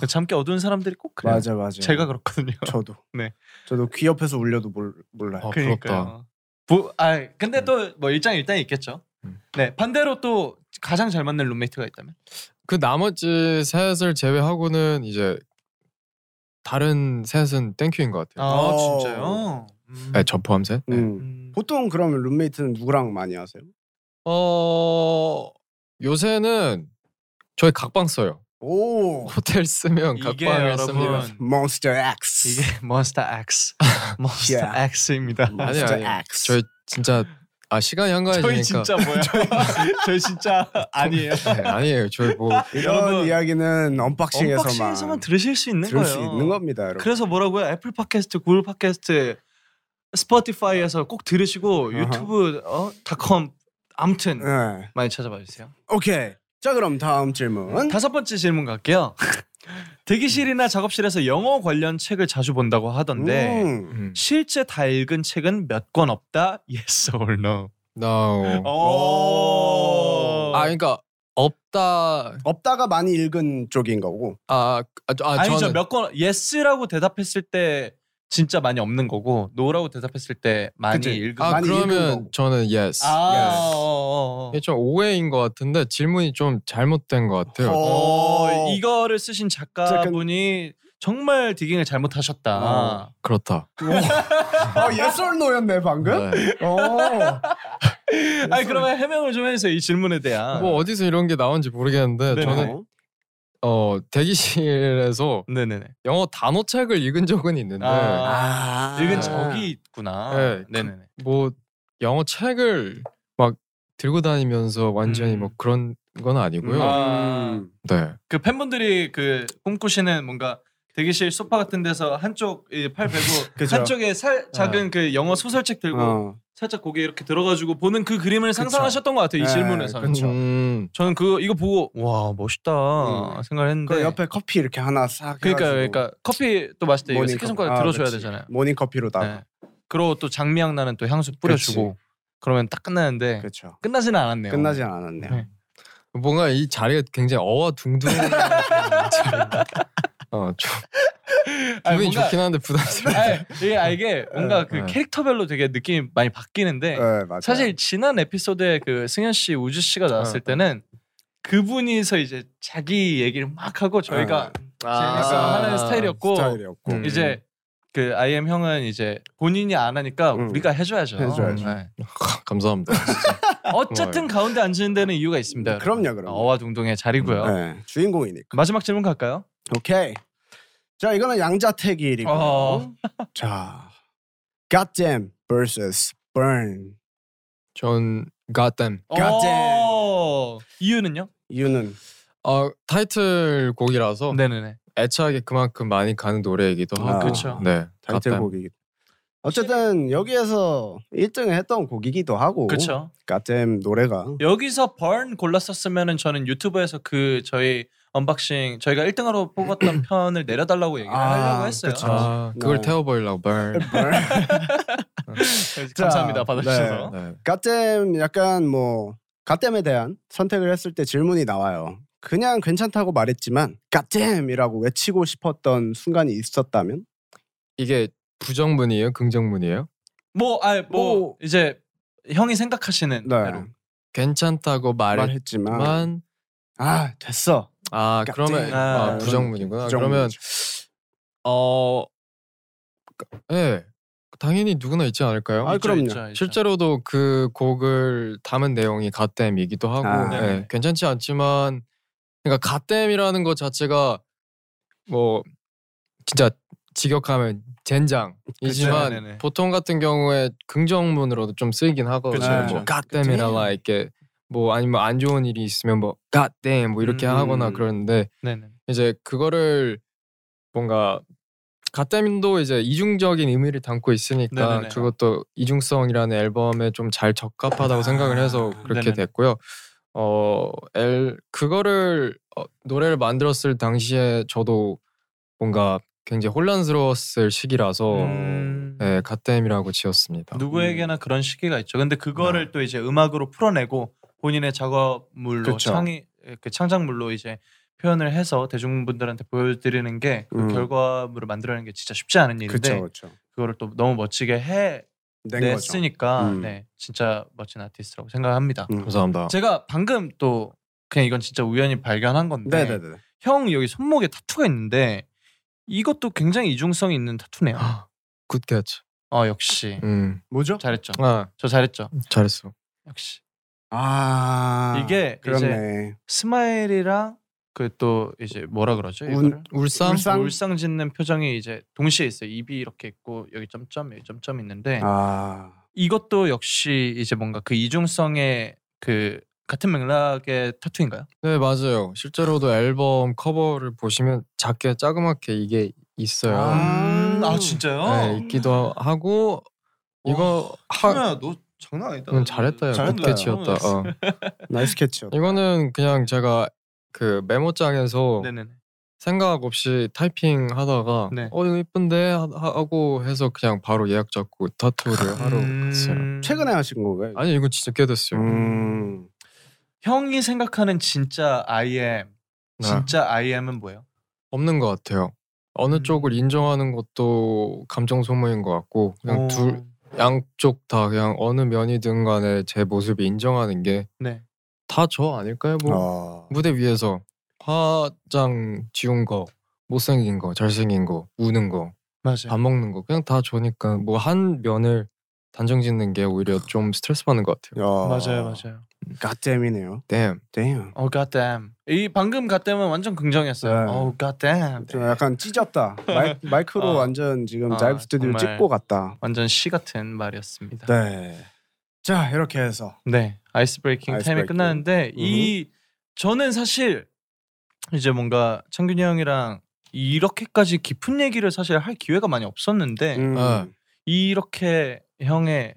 D: 그 잠기 어두운 사람들이 꼭 그래요.
B: 맞아 맞아.
D: 제가 그렇거든요.
B: 저도.
D: 네.
B: 저도 귀 옆에서 울려도 몰, 몰라요.
C: 어, 부럽다.
D: 그러니까요. 부, 아
B: 음.
D: 근데 또 뭐 일장 일단이 있겠죠.
C: 음.
D: 네 반대로 또 가장 잘 맞는 룸메이트가 있다면
C: 그 나머지 셋을 제외하고는 이제 다른 셋은 땡큐인 것 같아요.
D: 아
B: 어.
D: 진짜요? 음.
B: 아,
C: 네, 저 포함 셋. 네.
B: 음.
D: 음.
B: 보통 그러면 룸메이트는 누구랑 많이 하세요?
C: 어 요새는 저희 각방 써요.
B: 오
C: 호텔 쓰면
D: 이게
C: 각방을 씁니다.
D: 여러분
B: 몬스터 X.
D: 이게 몬스타 X 몬스터
B: Yeah.
D: X입니다.
C: 아니
B: 몬스터
C: 아니.
B: X.
C: 저희 진짜 아 시간이 한가해지니까
B: 그러니까.
D: 저희 진짜 뭐야? 저희 진짜 아니에요.
C: 네, 아니에요. 저희 뭐
B: 이런
D: 여러분,
B: 이야기는 언박싱에서만,
D: 언박싱에서만 들으실 수 있는
B: 들을
D: 거예요.
B: 수 있는 겁니다, 여러분.
D: 그래서 뭐라고요? 애플 팟캐스트, 구글 팟캐스트, 스포티파이에서 꼭 들으시고
B: 아하.
D: 유튜브 어? 닷컴 아무튼
B: 네.
D: 많이 찾아봐 주세요.
B: 오케이. 자 그럼 다음 질문.
D: 다섯 번째 질문 갈게요. 대기실이나 작업실에서 영어 관련 책을 자주 본다고 하던데
B: 음.
C: 음.
D: 실제 다 읽은 책은 몇 권 없다? Yes or no?
C: no.
D: 어. 오.
C: 어. 아 그러니까 없다.
B: 없다가 많이 읽은 쪽인 거고.
C: 아, 아, 저- 아
D: 아니죠
C: 저는
D: 몇 권 yes라고 대답했을 때 진짜 많이 없는 거고 no라고 대답했을 때 많이
B: 그치.
D: 읽은
C: 아
B: 많이 읽은
C: 그러면
B: 거고.
C: 저는 yes.
D: 아,
B: Yes.
D: 어, 어, 어.
C: 이게 좀 오해인 것 같은데 질문이 좀 잘못된 것 같아요.
B: 어.
D: 어,
B: 오.
D: 이거를 쓰신 작가분이 정말 디깅을 잘못하셨다.
B: 어.
C: 그렇다.
B: 어 예솔노였네 방금.
C: 네.
B: 어.
D: 아니 그러면 해명을 좀 해주세요 이 질문에 대한.
C: 뭐 어디서 이런 게 나온지 모르겠는데
D: 아. 네네.
C: 저는 어 대기실에서
D: 네네네.
C: 영어 단어책을 읽은 적은 있는데
D: 아.
B: 아
D: 읽은 적이 있구나.
C: 네,
D: 네, 네네.
C: 뭐 영어 책을 막 들고 다니면서 완전히
D: 음.
C: 뭐 그런 건
B: 음.
C: 아니고요.
D: 아.
C: 네.
D: 그 팬분들이 그 꿈꾸시는 뭔가 대기실 소파 같은 데서 한쪽 이팔 베고
B: 그죠. 예.
D: 한쪽에 살 작은 그 영어 소설책 들고
B: 어.
D: 살짝 고개 이렇게 들어가지고 보는 그 그림을 상상하셨던 것 같아요 이
B: 네,
D: 질문에서는.
B: 그쵸.
C: 음,
D: 저는 그 이거 보고 와 멋있다
B: 음.
D: 생각했는데.
B: 그 옆에 커피 이렇게 하나 싹.
D: 네. 그러니까요.
B: 해가지고
D: 그러니까 커피 또 마실 때 이거
B: 모닝
D: 새끼
B: 커피.
D: 손가락
B: 아,
D: 들어줘야
B: 그치.
D: 되잖아요.
B: 모닝 커피로다가.
D: 네. 그리고 또 장미향 나는 또 향수 뿌려주고 그러면딱 끝나는데
B: 그렇죠.
D: 끝나지는 않았네요.
B: 끝나진 않았네요.
D: 네.
C: 뭔가 이 자리가 굉장히 어와둥둥. 어좀
D: 아니,
C: 기분이
D: 뭔가-
C: 좋긴 한데 부담스러워.
D: 아니, 이게, 아, 이게 뭔가 그
C: 네.
D: 캐릭터별로 되게 느낌이 많이 바뀌는데
B: 네, 맞아요.
D: 사실 지난 에피소드에 그 승현 씨, 우주 씨가 나왔을
C: 네.
D: 때는 그분이서 이제 자기 얘기를 막 하고 저희가 재밌어
B: Ah.
D: 하는 스타일이었고
B: 아. 스타일이었고.
C: 음.
D: 이제 그 IM 형은 이제 본인이 안 하니까
B: 음.
D: 우리가 해줘야죠.
B: 해줘야죠. 네.
D: 네.
C: 감사합니다.
D: 어쨌든 가운데 앉는 데는 이유가 있습니다. 여러분.
B: 그럼요, 그럼.
D: 어와둥둥의 자리고요.
B: 네, 주인공이니까.
D: 마지막 질문 갈까요?
B: 오케이. 자, 이거는 양자택일이고.
D: 어.
B: 자, Goddamn vs Burn.
C: 전 goddamn.
B: 가젠.
D: 어. 이유는요?
B: 이유는
C: 어 타이틀 곡이라서
D: 네네네. 그렇죠.
C: 애착이 그만큼 많이 가는 노래이기도
B: 어. 아,
C: 하고.
D: 그쵸.
C: 네. goddamn.
B: 타이틀곡이. 어쨌든 여기에서 1등을 했던 곡이기도 하고.
D: 그렇죠.
B: Goddamn 노래가.
D: 여기서 burn 골랐었으면은 저는 유튜브에서 그 저희 언박싱 저희가 1등으로 뽑았던 편을 내려달라고 얘기를
B: 아,
D: 하려고 했어요.
B: 그쵸.
C: 아 그걸
B: 네.
C: 태워버리려고 burn.
B: Burn.
D: 감사합니다
B: 자,
D: 받아주셔서.
C: 네.
B: Goddamn 약간 뭐 Goddamn에 대한 선택을 했을 때 질문이 나와요. 그냥 괜찮다고 말했지만 Goddamn이라고 외치고 싶었던 순간이 있었다면?
C: 이게 부정문이에요? 긍정문이에요?
D: 뭐, 아니 뭐
B: 뭐.
D: 이제 형이 생각하시는
B: 네.
D: 대로.
C: 괜찮다고 말했지만
B: 말했지만 아 됐어.
C: 아
B: 깍쟁이.
C: 그러면
D: 아, 그렇죠.
C: 아, 부정문이구나.
B: 부정문이죠.
C: 그러면 어, 그, 예, 당연히 누구나 있지 않을까요?
B: 아, 그럼요.
C: 실제로도 그 곡을 담은 내용이 가댐이기도 하고
B: 아.
C: 예,
D: 네네.
C: 괜찮지 않지만 그러니까 가댐이라는 것 자체가 뭐 진짜 직역하면
B: 그렇죠.
C: 젠장이지만
D: 그쵸, 네, 네네.
C: 보통 같은 경우에 긍정문으로도 좀 쓰이긴 하거든요.
D: 그쵸, 그쵸.
C: 뭐 가댐이라가 이렇게 뭐 아니면 안 좋은 일이 있으면 뭐 가댐 뭐 이렇게
D: 음.
C: 하거나 그러는데
D: 네네.
C: 이제 그거를 뭔가 가땜도 이제 이중적인 의미를 담고 있으니까
D: 네네네.
C: 그것도 이중성이라는 앨범에 좀 잘 적합하다고 생각을 해서 그렇게
D: 아, 네네네.
C: 됐고요. 어, 엘 그거를 어, 노래를 만들었을 당시에 저도 뭔가 굉장히 혼란스러웠을
B: 어,
C: 시기라서
D: 음.
B: 네.
C: 예, 가땜이라고 지었습니다.
D: 누구에게나 그런 시기가 있죠. 근데 그거를 또 이제 음악으로 풀어내고 본인의 작업물로
B: 네. 그쵸.
D: 창이 그 창작물로 이제 표현을 해서 대중분들한테 보여드리는 게 그
B: 음.
D: 결과물을 만들어내는 게 진짜 쉽지 않은 일인데
B: 그렇죠, 그렇죠.
D: 그거를또 너무 멋지게 해
B: 낸 거죠.
D: 냈으니까
B: 음.
D: 네 진짜 멋진 아티스트라고 생각합니다.
B: 음.
C: 감사합니다.
D: 제가 방금 또 그냥 이건 진짜 우연히 발견한 건데
B: 네, 네, 네.
D: 형 여기 손목에 타투가 있는데 이것도 굉장히 이중성이 있는 타투네요.
C: 굿캐치.
D: 어 역시
C: 아, 음.
B: 뭐죠?
D: 잘했죠.
C: 아,
D: 저 잘했죠.
C: 잘했어.
D: 역시
B: 아
D: 이게 이제
B: 그렇네.
D: 스마일이랑 그 또 이제 뭐라 그러죠?
B: 운-
D: 이거를
C: 울상?
B: 울상?
D: 울상 짓는 표정이 이제 동시에 있어요. 입이 이렇게 있고 여기 점점 여기 점점 있는데
B: 아
D: 이것도 역시 이제 뭔가 그 이중성의 그 같은 맥락의 타투인가요?
C: 네 맞아요. 실제로도 앨범 커버를 보시면 작게 자그맣게 이게 있어요.
B: 아, 음.
D: 진짜요?
C: 네, 있기도 하고 이거 하
D: 하야 너 장난 아니다.
C: 음, 잘했다.
B: 잘했다.
C: 잘했게 지었다. 어.
B: 나이스 캐치였다.
D: 음.
C: 이거는 그냥 제가 그 메모장에서
D: 네네네.
C: 생각 없이 타이핑 하다가
D: 네.
C: 어 이거 이쁜데 하- 하고 해서 그냥 바로 예약 잡고 타투를 하러
D: 음.
C: 갔어요.
B: 최근에 하신 거예요?
C: 아니 이건 진짜 꽤 됐어요.
B: 음.
D: 형이 생각하는 진짜 I am
C: 네.
D: 진짜 I am은 뭐예요?
C: 없는 것 같아요. 어느
D: 음.
C: 쪽을 인정하는 것도 감정 소모인 것 같고 그냥
D: 어,
C: 둘 양쪽 다 그냥 어느 면이든 간에 제 모습이 인정하는
D: 네.
C: 게 다 저 아닐까요? 뭐
B: 어.
C: 무대 위에서 화장 지운 거, 못생긴 거, 잘생긴 거, 우는 거,
D: 맞아요.
C: 밥 먹는 거 그냥 다 저니까 뭐 한 면을 단정 짓는 게 오히려 좀 스트레스 받는 것 같아요.
B: 야.
D: 맞아요, 맞아요.
B: 갓잼이네요.
C: Damn.
B: Damn.
D: 어, God damn. 이 방금 God damn은 완전 긍정이었어요.
B: 네.
D: 어, God damn.
B: 좀 약간 찢었다. 마이, 마이크로
D: 아.
B: 완전 지금
D: 아,
B: 자이브 스튜디오
D: 정말.
B: 찍고 갔다.
D: 완전 시 같은 말이었습니다. 네,
B: 네. 자 이렇게 해서
D: 아이스 브레이킹
B: 아이스
D: 타임이
B: 브레이킹.
D: 끝났는데 이 저는 사실 이제 뭔가 창균이 형이랑 이렇게까지 깊은 얘기를 사실 할 기회가 많이 없었는데
B: 음,
C: 아.
D: 이렇게 형의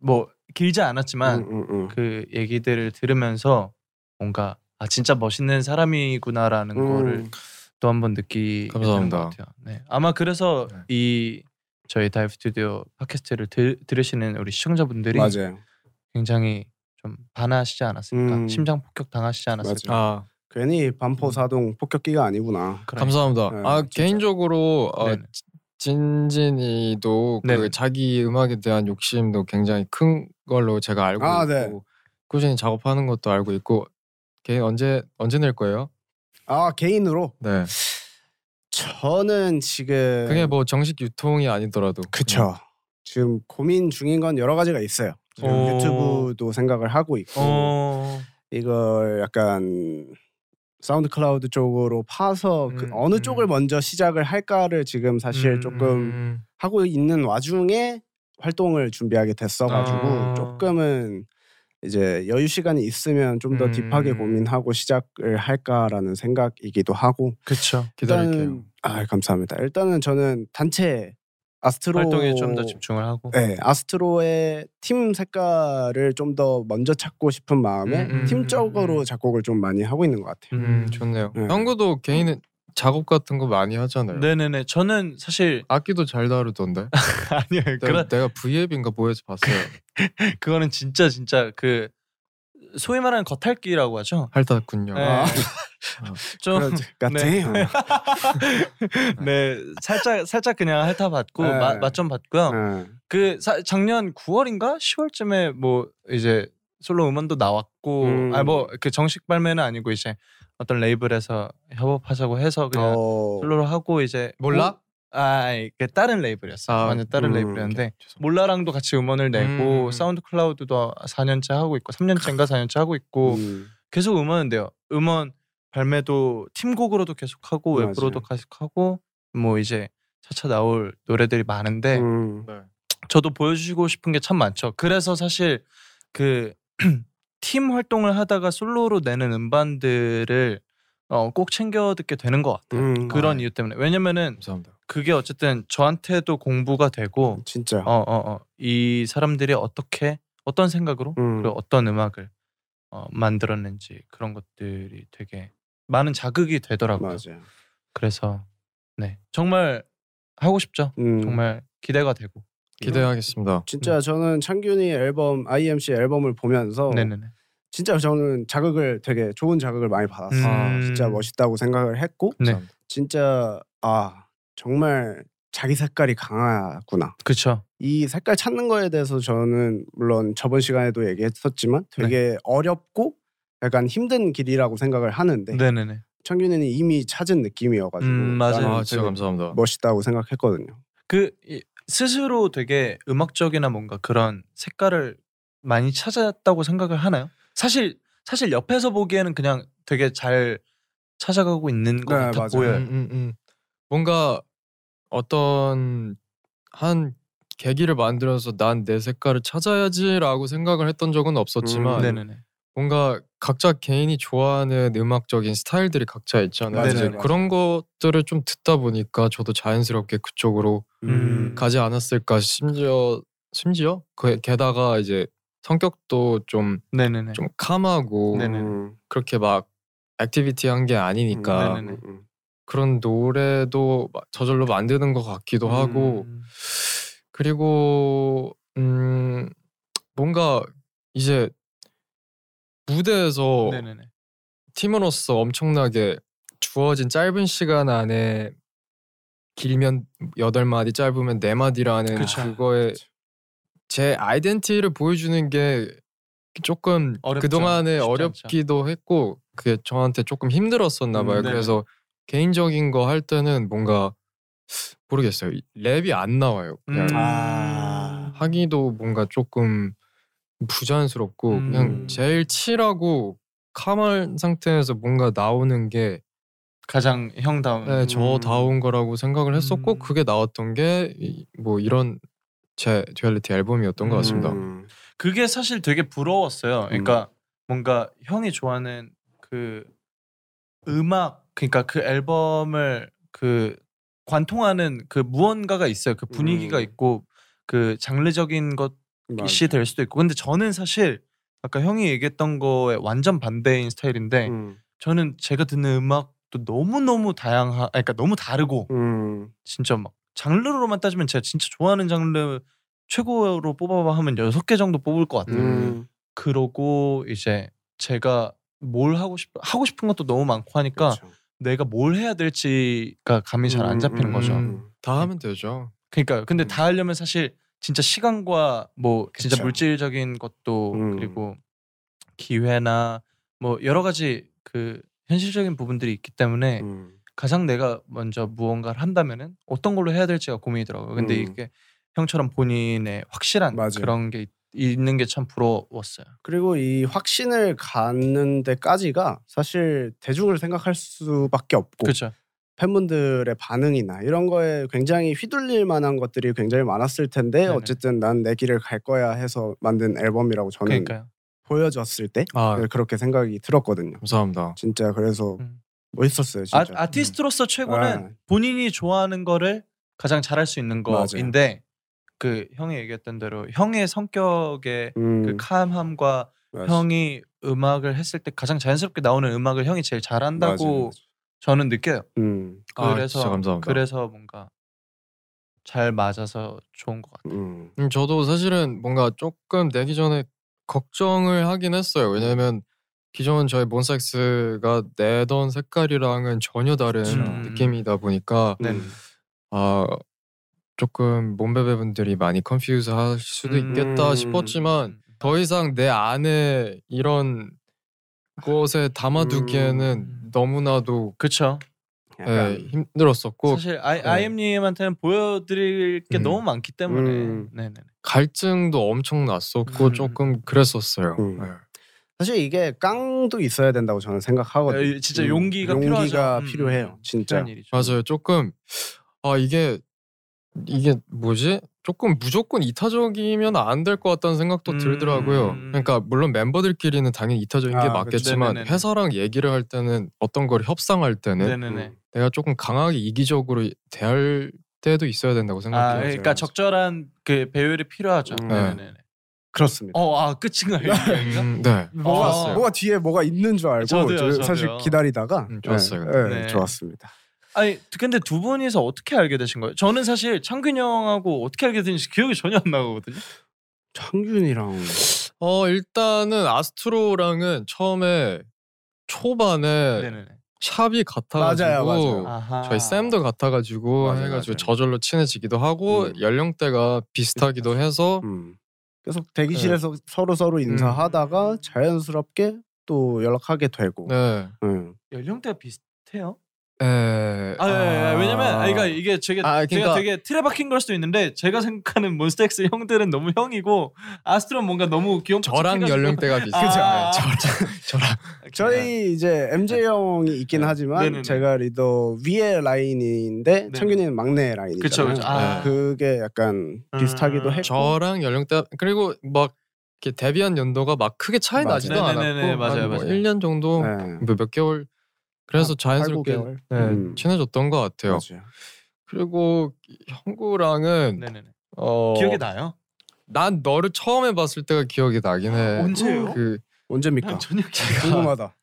D: 뭐 길지 않았지만
B: 음, 음, 음.
D: 그 얘기들을 들으면서 뭔가 아 진짜 멋있는 사람이구나라는
B: 음.
D: 거를 또 한번 느끼게 되는
C: 감사합니다.
D: 것 같아요. 네. 아마 그래서
C: 네.
D: 이 저희 다이브 스튜디오 팟캐스트를 들, 들으시는 우리 시청자분들이
B: 맞아요.
D: 굉장히 좀 반하시지 않았을까?
B: 음.
D: 심장 폭격 당하시지 않았을까?
C: 아
B: 괜히
D: 음.
B: 반포 사동 폭격기가 아니구나.
D: 그런-
C: 감사합니다.
B: 네,
C: 아
B: 진짜.
C: 개인적으로 어,
D: 네네.
C: 진진이도
D: 네네.
C: 그 자기 음악에 대한 욕심도 굉장히 큰 걸로 제가 알고
B: 아,
C: 있고
B: 네.
C: 꾸준히 작업하는 것도 알고 있고 걔 언제 언제 낼 거예요?
B: 아 개인으로
C: 네.
B: 저는 지금
C: 그게 뭐 정식 유통이 아니더라도
B: 그쵸. 음. 지금 고민 중인 건 여러 가지가 있어요. 지금
D: 어.
B: 유튜브도 생각을 하고 있고
D: 어.
B: 이걸 약간 사운드 클라우드 쪽으로 파서 그
D: 음,
B: 어느
D: 음.
B: 쪽을 먼저 시작을 할까를 지금 사실
D: 음,
B: 조금
C: 음,
B: 하고 있는 와중에 활동을 준비하게 됐어가지고
D: 아.
B: 조금은 이제 여유 시간이 있으면 좀 더
D: 음.
B: 딥하게 고민하고 시작을 할까라는 생각이기도 하고
D: 그렇죠.
C: 기다릴게요.
B: 일단은- 아 감사합니다. 일단은 저는 단체 아스트로
D: 활동에 좀 더 집중을 하고.
B: 네, 아스트로의 팀 색깔을 좀 더 먼저 찾고 싶은 마음에
C: 음, 음,
B: 팀적으로
D: 음.
B: 작곡을 좀 많이 하고 있는 것 같아요.
C: 음, 좋네요.
B: 네.
C: 형구도 개인 작업 같은 거 많이 하잖아요.
D: 네네네. 저는 사실
C: 악기도 잘 다루던데.
D: 아니요.
C: 내가, 내가 V앱인가 뭐에서 봤어요.
D: 그거는 진짜 진짜 그 소위 말하는 겉핥기라고 하죠.
C: 핥았군요.
D: 네.
B: 아.
D: 좀
B: 그렇지. 같아요.
D: 네, 살짝 살짝 그냥 핥아봤고
B: 네.
D: 맛좀 봤고요.
B: 네.
D: 그 사- 작년 9월인가 10월쯤에 뭐 이제 솔로 음원도 나왔고,
B: 음.
D: 아 뭐 그 정식 발매는 아니고 이제 어떤 레이블에서 협업하자고 해서 그냥
B: 어,
D: 솔로로 하고 이제
C: 몰라?
D: 아, 아 이게 다른 레이블이었어.
C: 아,
D: 완전 다른
B: 음,
D: 레이블이었는데 몰라랑도 같이 음원을 내고
C: 음.
D: 사운드 클라우드도 4년째 하고 있고 3년째인가 4년째 하고 있고
B: 음.
D: 계속 음원을 내요. 음원 발매도 팀곡으로도 계속 하고
B: 맞아요.
D: 웹으로도 계속 하고 뭐 이제 차차 나올 노래들이 많은데
B: 음.
D: 저도 보여주시고 싶은 게 참 많죠. 그래서 사실 그 팀 활동을 하다가 솔로로 내는 음반들을 어, 꼭 챙겨 듣게 되는 것 같아요.
B: 음.
D: 네. 그런
C: 아.
D: 이유 때문에 왜냐면은
C: 감사합니다.
D: 그게 어쨌든 저한테도 공부가 되고
B: 진짜.
D: 어 어 어 이 사람들이 어떻게 어떤 생각으로
B: 음.
D: 그리고 어떤 음악을 어, 만들었는지 그런 것들이 되게 많은 자극이 되더라고요.
B: 맞아요.
D: 그래서 네 정말 하고 싶죠.
B: 음.
D: 정말 음. 기대가 되고
C: 기대하겠습니다.
B: 진짜 저는 창균이 앨범 IMC 앨범을 보면서
D: 네네네.
B: 진짜 저는 자극을 되게 좋은 자극을 많이 받았어.
D: 음.
B: 진짜 멋있다고 생각을 했고
D: 네.
C: 감사합니다.
B: 진짜 아 정말 자기 색깔이 강하구나.
D: 그쵸.
B: 이 색깔 찾는 거에 대해서 저는 물론 저번 시간에도 얘기했었지만
D: 네.
B: 되게 어렵고 약간 힘든 길이라고 생각을 하는데
D: 네. 네네
B: 창균이는 이미 찾은 느낌이어가지고
D: 음, 맞아요.
B: 나는
C: 아 진짜
B: 되게
C: 감사합니다.
B: 멋있다고 생각했거든요.
D: 그 이- 스스로 되게 음악적이나 뭔가 그런 색깔을 많이 찾았다고 생각을 하나요? 사실 사실 옆에서 보기에는 그냥 되게 잘 찾아가고 있는 것
B: 네,
D: 같아
B: 맞아요.
D: 보여요.
C: 음, 음, 음. 뭔가 어떤 한 계기를 만들어서 난 내 색깔을 찾아야지라고 생각을 했던 적은 없었지만
B: 음, 네네.
D: 네네네.
C: 뭔가 각자 개인이 좋아하는 음악적인 스타일들이 각자 있잖아요.
B: 맞아요,
C: 이제
B: 맞아요.
C: 그런 것들을 좀 듣다 보니까 저도 자연스럽게 그쪽으로
D: 음.
C: 가지 않았을까 심지어 심지어 그 게다가 이제 성격도 좀 좀
D: 네네네.
C: 캄하고
D: 네네.
B: 음.
C: 그렇게 막 액티비티 한 게 아니니까
D: 네네. 네네네.
B: 음.
C: 그런 노래도 마- 저절로 만드는 것 같기도 하고
D: 음.
C: 그리고 음 뭔가 이제 무대에서
D: 네네네.
C: 팀으로서 엄청나게 주어진 짧은 시간 안에 길면 여덟 마디 짧으면 네 마디라는
D: 그쵸.
C: 그거에 제 아이덴티를 보여주는 게 조금
D: 어렵죠.
C: 그동안에
D: 쉽지 않죠.
C: 어렵기도 했고 그게 저한테 조금 힘들었었나
D: 음,
C: 봐요.
D: 네네.
C: 그래서 개인적인 거 할 때는 뭔가 모르겠어요. 이 랩이 안 나와요. 그냥
D: 음.
B: 아.
C: 하기도 뭔가 조금 부자연스럽고
D: 음.
C: 그냥 제일 칠하고 캄한 상태에서 뭔가 나오는 게
D: 가장 형다운.
C: 네, 저다운 거라고 생각을 했었고
D: 음.
C: 그게 나왔던 게 뭐 이런 제 듀얼리티 앨범이었던 것 같습니다.
B: 음.
D: 그게 사실 되게 부러웠어요. 그러니까 뭔가 형이 좋아하는 그 음악 그러니까 그 앨범을 그 관통하는 그 무언가가 있어요. 그 분위기가
B: 음.
D: 있고 그 장르적인 것이
B: 맞아.
D: 될 수도 있고. 근데 저는 사실 아까 형이 얘기했던 거에 완전 반대인 스타일인데
B: 음.
D: 저는 제가 듣는 음악도 너무 너무 다양하 아니, 그러니까 너무 다르고
B: 음.
D: 진짜 막 장르로만 따지면 제가 진짜 좋아하는 장르 최고로 뽑아봐 하면 여섯 개 정도 뽑을 것 같아요.
B: 음.
D: 그러고 이제 제가 뭘 하고 싶 하고 싶은 것도 너무 많고 하니까
B: 그쵸.
D: 내가 뭘 해야 될지가 감이 그러니까 잘 안
B: 음,
D: 잡히는
B: 음,
D: 거죠.
C: 음. 다 하면 되죠.
D: 그러니까 근데
C: 음.
D: 다 하려면 사실 진짜 시간과 뭐 진짜
B: 그쵸.
D: 물질적인 것도
B: 음.
D: 그리고 기회나 뭐 여러 가지 그 현실적인 부분들이 있기 때문에
B: 음.
D: 가장 내가 먼저 무언가를 한다면은 어떤 걸로 해야 될지가 고민이더라고요. 근데
B: 음.
D: 이게 형처럼 본인의 확실한
B: 맞아요.
D: 그런 게 있- 있는 게 참 부러웠어요.
B: 그리고 이 확신을 갖는 데까지가 사실 대중을 생각할 수밖에 없고
D: 그렇죠.
B: 팬분들의 반응이나 이런 거에 굉장히 휘둘릴 만한 것들이 굉장히 많았을 텐데
D: 네네.
B: 어쨌든 난 내 길을 갈 거야 해서 만든 앨범이라고 저는
D: 그러니까요.
B: 보여졌을 때 네,
C: 아
B: 그렇게 생각이 들었거든요.
C: 감사합니다.
B: 진짜 그래서
D: 음.
B: 멋있었어요 진짜.
D: 아, 아티스트로서 최고는
B: 아.
D: 본인이 좋아하는 거를 가장 잘할 수 있는
B: 맞아요.
D: 거인데 그 형이 얘기했던 대로 형의 성격의
B: 음,
D: 그 캄함과
B: 맞아.
D: 형이 음악을 했을 때 가장 자연스럽게 나오는 음악을 형이 제일
B: 맞아요,
D: 잘한다고
B: 맞아요.
D: 저는 느껴요.
B: 음,
C: 아,
D: 그래서
C: 진짜 감사합니다.
D: 그래서 뭔가 잘 맞아서 좋은 것 같아요.
B: 음,
C: 음, 저도 사실은 뭔가 조금 내기 전에 걱정을 하긴 했어요. 왜냐면 기존 저희 몬스타엑스가 내던 색깔이랑은 전혀 다른
D: 그쵸.
C: 느낌이다 보니까
D: 네.
B: 음.
C: 아 조금 몸베베 분들이 많이 컨퓨즈 할 수도
D: 음.
C: 있겠다 싶었지만 더 이상 내 안에 이런 것에 담아두기에는
D: 음.
C: 너무나도
D: 그쵸.
C: 네, 힘들었었고
D: 사실 아이
B: 네.
D: 아이엠님한테는 보여드릴 게
C: 음.
D: 너무 많기 때문에
B: 음.
D: 네네
C: 갈증도 엄청 났었고
D: 음.
C: 조금 그랬었어요.
B: 음.
C: 네.
B: 사실 이게 깡도 있어야 된다고 저는 생각하거든요.
D: 네, 진짜
B: 음,
D: 용기가 필요하죠. 음,
B: 해요
D: 음,
B: 진짜.
D: 필요한 일이죠.
C: 맞아요. 조금 아 이게 이게 뭐지? 조금 무조건 이타적이면 안 될 것 같다는 생각도
D: 음.
C: 들더라고요. 그러니까 물론 멤버들끼리는 당연히 이타적인 게
B: 아,
C: 맞겠지만
D: 그쵸. 네네네.
C: 회사랑 얘기를 할 때는 어떤 걸 협상할 때는
D: 네네네.
C: 내가 조금 강하게 이기적으로 대할 때도 있어야 된다고
D: 아,
C: 생각해요.
D: 그러니까 적절한 그 배율이 필요하죠.
B: 음.
D: 네네네.
B: 그렇습니다.
D: 어, 아 끝인가요? 아, 여기가?
C: 음, 네.
B: 뭐가,
C: 좋았어요.
B: 뭐가 뒤에 뭐가 있는 줄 알고
D: 저도요,
B: 저- 사실
D: 저도요.
B: 기다리다가
C: 음, 좋았어요,
B: 네,
C: 근데.
B: 네,
D: 네.
B: 좋았습니다.
D: 아니 근데 두 분이서 어떻게 알게 되신 거예요? 저는 사실 창균 형하고 어떻게 알게 되는지 기억이 전혀 안 나거든요.
B: 창균이랑
C: 어 일단은 아스트로랑은 처음에 초반에
D: 네네네.
C: 샵이 같아가지고
B: 맞아요, 맞아요.
D: 아하.
C: 어, 저희 쌤도 같아가지고
B: 맞아요,
C: 해가지고
B: 맞아요.
C: 저절로 친해지기도 하고
B: 음.
C: 연령대가 비슷하기도 해서
B: 음, 계속 대기실에서
D: 네.
B: 서로 서로
D: 음.
B: 인사하다가 자연스럽게 또 연락하게 되고.
C: 네.
B: 음.
D: 연령대가 비슷해요?
C: 에...
D: 아, 예, 예. 왜냐면 아, 그러니까 이게 제가
C: 아,
D: 제가
C: 그러니까-
D: 되게 틀에 박힌 걸 수도 있는데 제가 생각하는 몬스타엑스 형들은 너무 형이고 아스트론 뭔가 너무 귀염.
C: 저랑 연령대가 비슷해요.
D: 그죠.
C: 네, 저랑 저랑
B: 저희 이제 MJ 형이 있긴 하지만
D: 네. 네네네.
B: 제가 리더 위에 라인인데 창균이는 막내 라인이잖아요.
D: 그쵸 그쵸. 아,
C: 네.
B: 그게 약간 비슷하기도
D: 음,
B: 했고
C: 저랑 연령대 그리고 막 이렇게 데뷔한 연도가 막 크게 차이
B: 맞아요.
C: 나지도
D: 네네네네,
C: 않았고
D: 맞아요,
C: 한뭐
D: 맞아요.
C: 1년 정도
B: 네.
C: 뭐 몇 개월 그래서 자연스럽게
B: 8-9개월?
C: 네,
B: 음.
C: 친해졌던 것 같아요.
B: 맞아요.
C: 그리고 형구랑은
D: 네네네.
C: 어,
D: 기억이 나요?
C: 난 너를 처음에 봤을 때가 기억이 나긴 해.
D: 아, 언제요?
C: 그
B: 언제입니까?
D: 난 전혀 기억.
B: 궁금하다.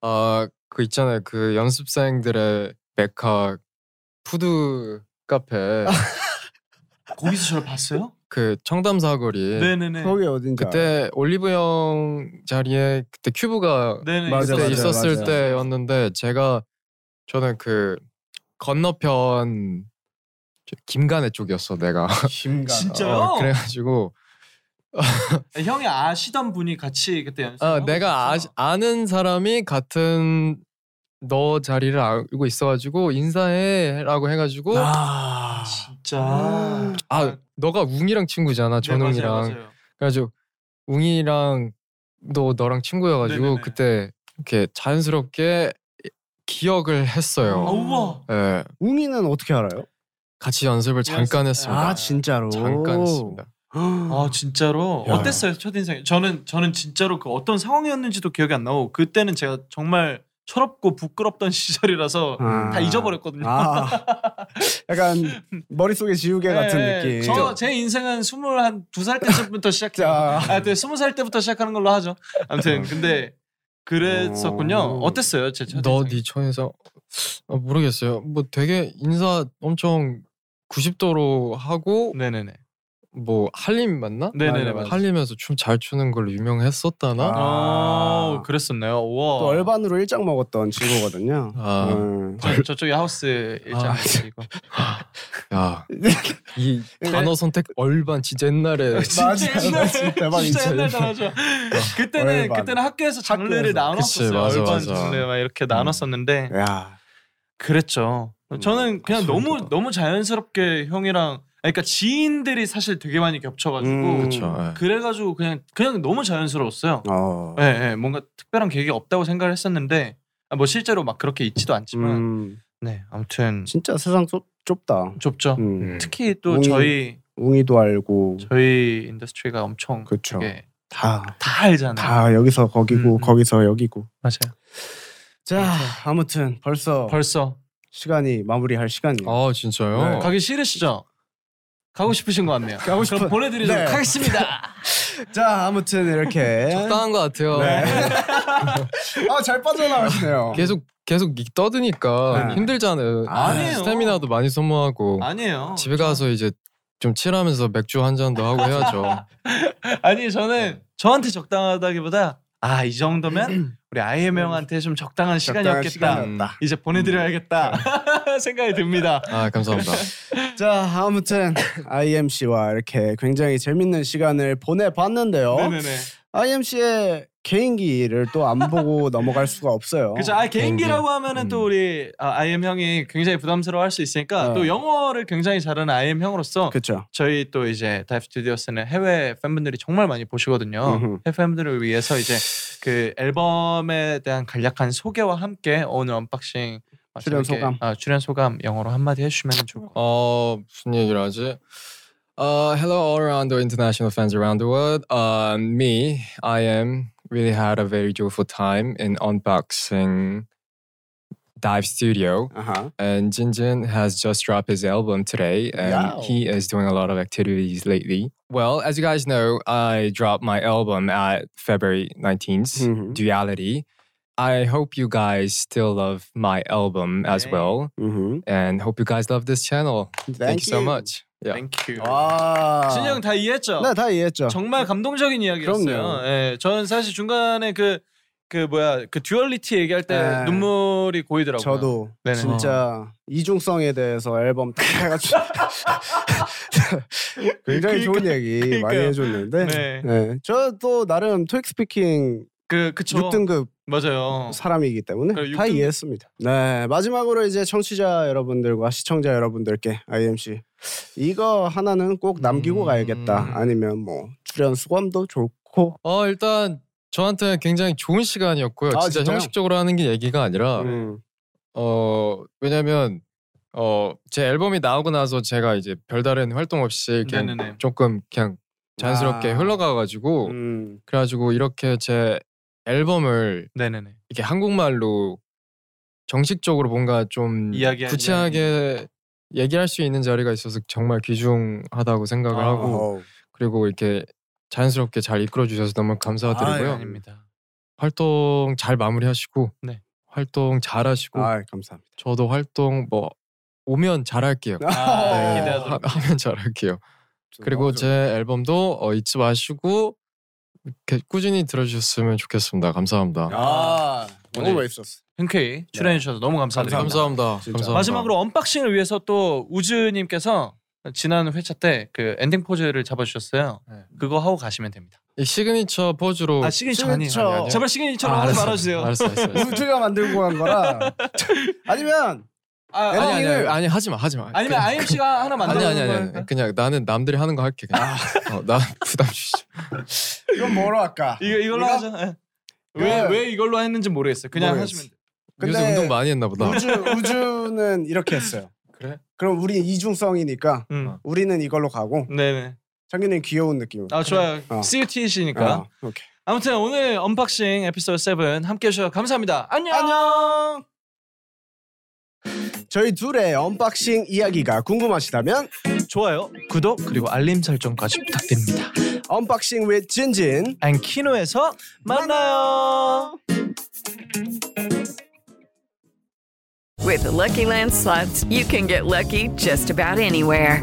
C: 아, 그 있잖아요. 그 연습생들의 메카 푸드 카페
B: 아.
D: 거기서 저를 봤어요?
C: 그 청담 사거리.
D: 네네네.
B: 거기 어딘지 알아요?
C: 그때 올리브 형 자리에 그때 큐브가
D: 네네.
B: 맞아,
C: 그때
B: 맞아요,
C: 있었을
B: 맞아요.
C: 때였는데 제가 저는 그 건너편 저 김간의 쪽이었어 내가.
B: 아, 김가
D: 진짜요?
C: 어, 그래가지고
D: 형이 아시던 분이 같이 그때 연습.
C: 아, 내가 아, 아는 사람이 같은 너 자리를 알고 있어가지고 인사해라고 해가지고 아,
B: 아,
D: 진짜.
C: 너가 웅이랑 친구잖아 전웅이랑
D: 아. 네, 맞아요, 맞아요.
C: 그래가지고 웅이랑 너 너랑 친구여가지고
D: 네네네.
C: 그때 이렇게 자연스럽게 기억을
D: 아,
C: 했어요.
D: 우와.
C: 예,
B: 웅이는 어떻게 알아요?
C: 같이 연습을 잠깐
D: 연습-
C: 했습니다.
D: 아,
B: 진짜로.
C: 잠깐 했습니다.
D: 아 진짜로
B: 야.
D: 어땠어요 첫 인상이? 저는 저는 진짜로 그 어떤 상황이었는지도 기억이 안 나고 그때는 제가 정말 철없고 부끄럽던 시절이라서
B: 아.
D: 다 잊어버렸거든요.
B: 아, 약간 머릿속에 지우개 같은
D: 예, 예.
B: 느낌.
D: 저, 제 인생은 스물 한 두 살 때부터 시작해요.
B: 자.
D: 아, 네, 스무 살 때부터 시작하는 걸로 하죠. 아무튼 근데 그랬었군요.
B: 어.
D: 어땠어요 제 첫. 인상이?
C: 너네 첫인상 아, 모르겠어요. 뭐 되게 인사 엄청 90도로 하고
D: 네네네.
C: 뭐 한림 맞나?
D: 네네네,
C: 맞아요.
D: 맞아요.
C: 한림에서 춤 잘 추는 걸로 유명했었다나?
B: 아.
C: 아,
D: 아, 그랬었나요. 우와.
B: 또 얼반으로 일장 먹었던 친구거든요.
C: 아.
B: 음.
D: 저, 저쪽에 하우스 일자
C: 아,
D: 있고.
C: 야, 이
D: 네.
C: 단어 선택 얼반 진짜 옛날에
B: 맞아, 진짜 대박이지.
D: 진짜 옛날 단어죠. 그때는
B: 얼반.
D: 그때는 학교에서 장르를
B: 학교에서.
D: 나눴었어요.
C: 그치, 맞아,
D: 얼반
C: 맞아.
D: 장르 막 이렇게 나눴었는데
B: 야,
D: 그랬죠.
B: 음,
D: 저는 그냥
C: 소름
D: 너무
C: 돋아.
D: 너무 자연스럽게 형이랑 아니, 그러니까 지인들이 사실 되게 많이 겹쳐가지고
B: 음.
C: 그쵸, 예.
D: 그래가지고 그냥 그냥 너무 자연스러웠어요.
B: 어,
D: 예, 예, 뭔가 특별한 계획이 없다고 생각을 했었는데 아, 뭐 실제로 막 그렇게 있지도 않지만
B: 음,
D: 네 아무튼
B: 진짜 세상 좁, 좁다.
D: 좁죠.
B: 음.
D: 특히 또
B: 음.
D: 저희
B: 웅이도 알고,
D: 저희 인더스트리가 엄청
B: 그렇죠.
D: 되게
B: 다,
D: 다 알잖아요.
B: 다 여기서 거기고
D: 예. 음.
B: 거기서 여기고.
D: 맞아요.
B: 자, 아무튼 벌써
D: 벌써 어.
B: 시간이 마무리할 시간이에요.
C: 아 진짜요?
B: 네.
D: 가기 싫으시죠? 가고 싶으신 것 같네요.
B: 가고 싶은-
D: 그럼 보내드리도록
B: 네.
D: 하겠습니다.
B: 자, 아무튼 이렇게.
C: 적당한 것 같아요.
B: 네. 아, 잘 빠져나가시네요.
C: 계속 계속 이- 떠드니까
B: 네.
C: 힘들잖아요.
D: 네.
B: 아니에요.
C: 스태미나도 많이 소모하고
D: 아니에요.
C: 집에 가서 이제 좀 칠하면서 맥주 한 잔도 하고 해야죠.
D: 아니
B: 네.
D: 저는 저한테 적당하다기보다 아 이 정도면 우리 아이엠 형한테 좀 적당한 시간이었겠다.
B: 시간이었다. 네.
D: 이제 보내드려야겠다 생각이 듭니다.
C: 아 감사합니다.
B: 자, 아무튼
D: 어?
B: IMC와 이렇게 굉장히 재밌는 시간을 보내봤는데요.
D: 네네네.
B: IMC의 개인기를 또 안 보고 넘어갈 수가 없어요.
D: 그죠. 아 개인기라고 하면은
B: 음.
D: 또 우리 아, IM 형이 굉장히 부담스러워할 수 있으니까
B: 어.
D: 또 영어를 굉장히 잘하는 IM 형으로서
B: 그렇죠.
D: 저희 또 이제 다이브 스튜디오스는 해외 팬분들이 정말 많이 보시거든요.
B: 음흠.
D: 해외 팬분들을 위해서 이제 그 앨범에 대한 간략한 소개와 함께 오늘 언박싱 아,
B: 출연
D: 재밌게,
B: 소감.
D: 아, 출연 소감 영어로 한마디 해주시면 좋을 것 같아요.
C: 어 무슨 얘기를 하지? Uh, hello, all around the international fans around the world. Uh, me, I am really had a very joyful time in unboxing Dive Studio,
B: 아하.
C: and Jinjin has just dropped his album today, and
B: Wow.
C: he is doing a lot of activities lately. Well, as you guys know, I dropped my album at February nineteenth.
B: 음흠.
C: Duality. I hope you guys still love my album as
D: Yay.
C: well,
B: 음흠.
C: and hope you guys love this channel. Thank you so much. Yeah.
D: Thank you.
B: 와.
D: 진영 형 다 이해했죠?
B: 아. 네다 이해했죠.
D: 정말 감동적인 이야기였어요.
B: 그러니까. 그럼요.
D: 예, 저는 사실 중간에 그, 그 뭐야 그 듀얼리티 얘기할 때
B: 네.
D: 눈물이 고이더라고요.
B: 저도
D: 네네. 어.
B: 진짜 이중성에 대해서 앨범 딱 해가지고 굉장히 좋은 얘기 많이
D: 그러니까요.
B: 해줬는데
D: 네.
B: 저도 나름 토익 스피킹
D: 그 그쵸.
B: 6등급
D: 맞아요.
B: 어, 사람이기 때문에
D: 그래,
B: 다
D: 6등급.
B: 이해했습니다. 네 마지막으로 이제 청취자 여러분들과 시청자 여러분들께 IMC 이거 하나는 꼭 남기고
C: 음.
B: 가야겠다 아니면 뭐 출연 수감도 좋고
C: 어 일단 저한테 굉장히 좋은 시간이었고요.
B: 아,
C: 진짜
B: 진짜요?
C: 형식적으로 하는 게 얘기가 아니라
B: 음,
C: 어 왜냐면 어 제 앨범이 나오고 나서 제가 이제 별다른 활동 없이 그냥
D: 네네네.
C: 조금 그냥 자연스럽게
B: 아.
C: 흘러가가지고
B: 음,
C: 그래가지고 이렇게 제 앨범을
D: 네네네.
C: 이렇게 한국말로 정식적으로 뭔가 좀
D: 이야기하-
C: 구체하게 얘기할 수 있는 자리가 있어서 정말 귀중하다고 생각을
D: 아.
C: 하고
B: 어우.
C: 그리고 이렇게 자연스럽게 잘 이끌어 주셔서 너무
D: 네,
C: 감사드리고요.
B: 아유.
D: 아닙니다.
C: 활동 잘 마무리하시고
D: 네.
C: 활동 잘 하시고
B: 아 감사합니다.
C: 저도 활동 뭐 오면 잘 할게요.
D: 아, 어,
B: 네.
D: 기대하도록
C: 하, 하면 잘 할게요. 그리고
B: 너무
C: 제 앨범도 어, 잊지 마시고 이렇게 꾸준히 들어주셨으면 좋겠습니다. 감사합니다. 네,
B: 아,
D: 오늘-
B: 너무 멋있었어.
D: 흔쾌히 출연해 주셔서 너무 감사드립니다.
C: 감사합니다.
B: 진짜.
C: 감사합니다.
D: 마지막으로 언박싱을 위해서 또 우즈님께서 지난 회차 때 그 엔딩 포즈를 잡아주셨어요.
C: 네.
D: 그거 하고 가시면 됩니다.
C: 이 시그니처 포즈로
D: 아 시그니처 아니에요.
B: 시그니처.
D: 아니에요. 제발 시그니처로
C: 아,
D: 하지
C: 알았어.
D: 말아주세요. 뭐
C: 알았어, 알았어. 알았어.
B: 우주가 만들고 간 거라. 아니면
D: 아, 아니,
C: 아니 아니 아니,
B: 엔딩을-
C: 아니 하지 마 하지 마.
D: 아니면
C: 그냥-
D: IMC가 하나
C: 아니
D: 만들어
C: 아니
D: 놓는
C: 아니,
D: 거
C: 아니
D: 할까요? 아.
C: 그냥 나는 남들이 하는 거 할게 그냥. 어, 나 부담 주지.
B: 이건 뭐로 할까?
D: 이거 이걸로
B: 이거?
D: 하죠. 예. 왜,
B: 이거-
D: 왜 이걸로 했는지 모르겠어요. 그냥
B: 모르겠어.
D: 하시면 돼요.
C: 요새
B: 근데
C: 운동 많이 했나 보다.
B: 우주 우주는 이렇게 했어요.
D: 뭐. 그래?
B: 그럼 우리 이중성이니까
D: 음.
B: 우리는 이걸로 가고
D: 네네.
B: 장기는 귀여운 느낌으로.
D: 아 그러니까? 좋아요.
B: 어.
D: CUT이시니까.
B: 어, 오케이.
D: 아무튼 오늘 언박싱 에피소드 7 함께 해주셔서 감사합니다. 안녕!
B: 저희 둘의 언박싱 이야기가 궁금하시다면
D: 좋아요, 구독, 그리고 알림 설정까지 부탁드립니다.
B: 언박싱 with 진진.
D: 안키노에서 만나요.
F: With the Lucky Land slots, you can get lucky just about anywhere.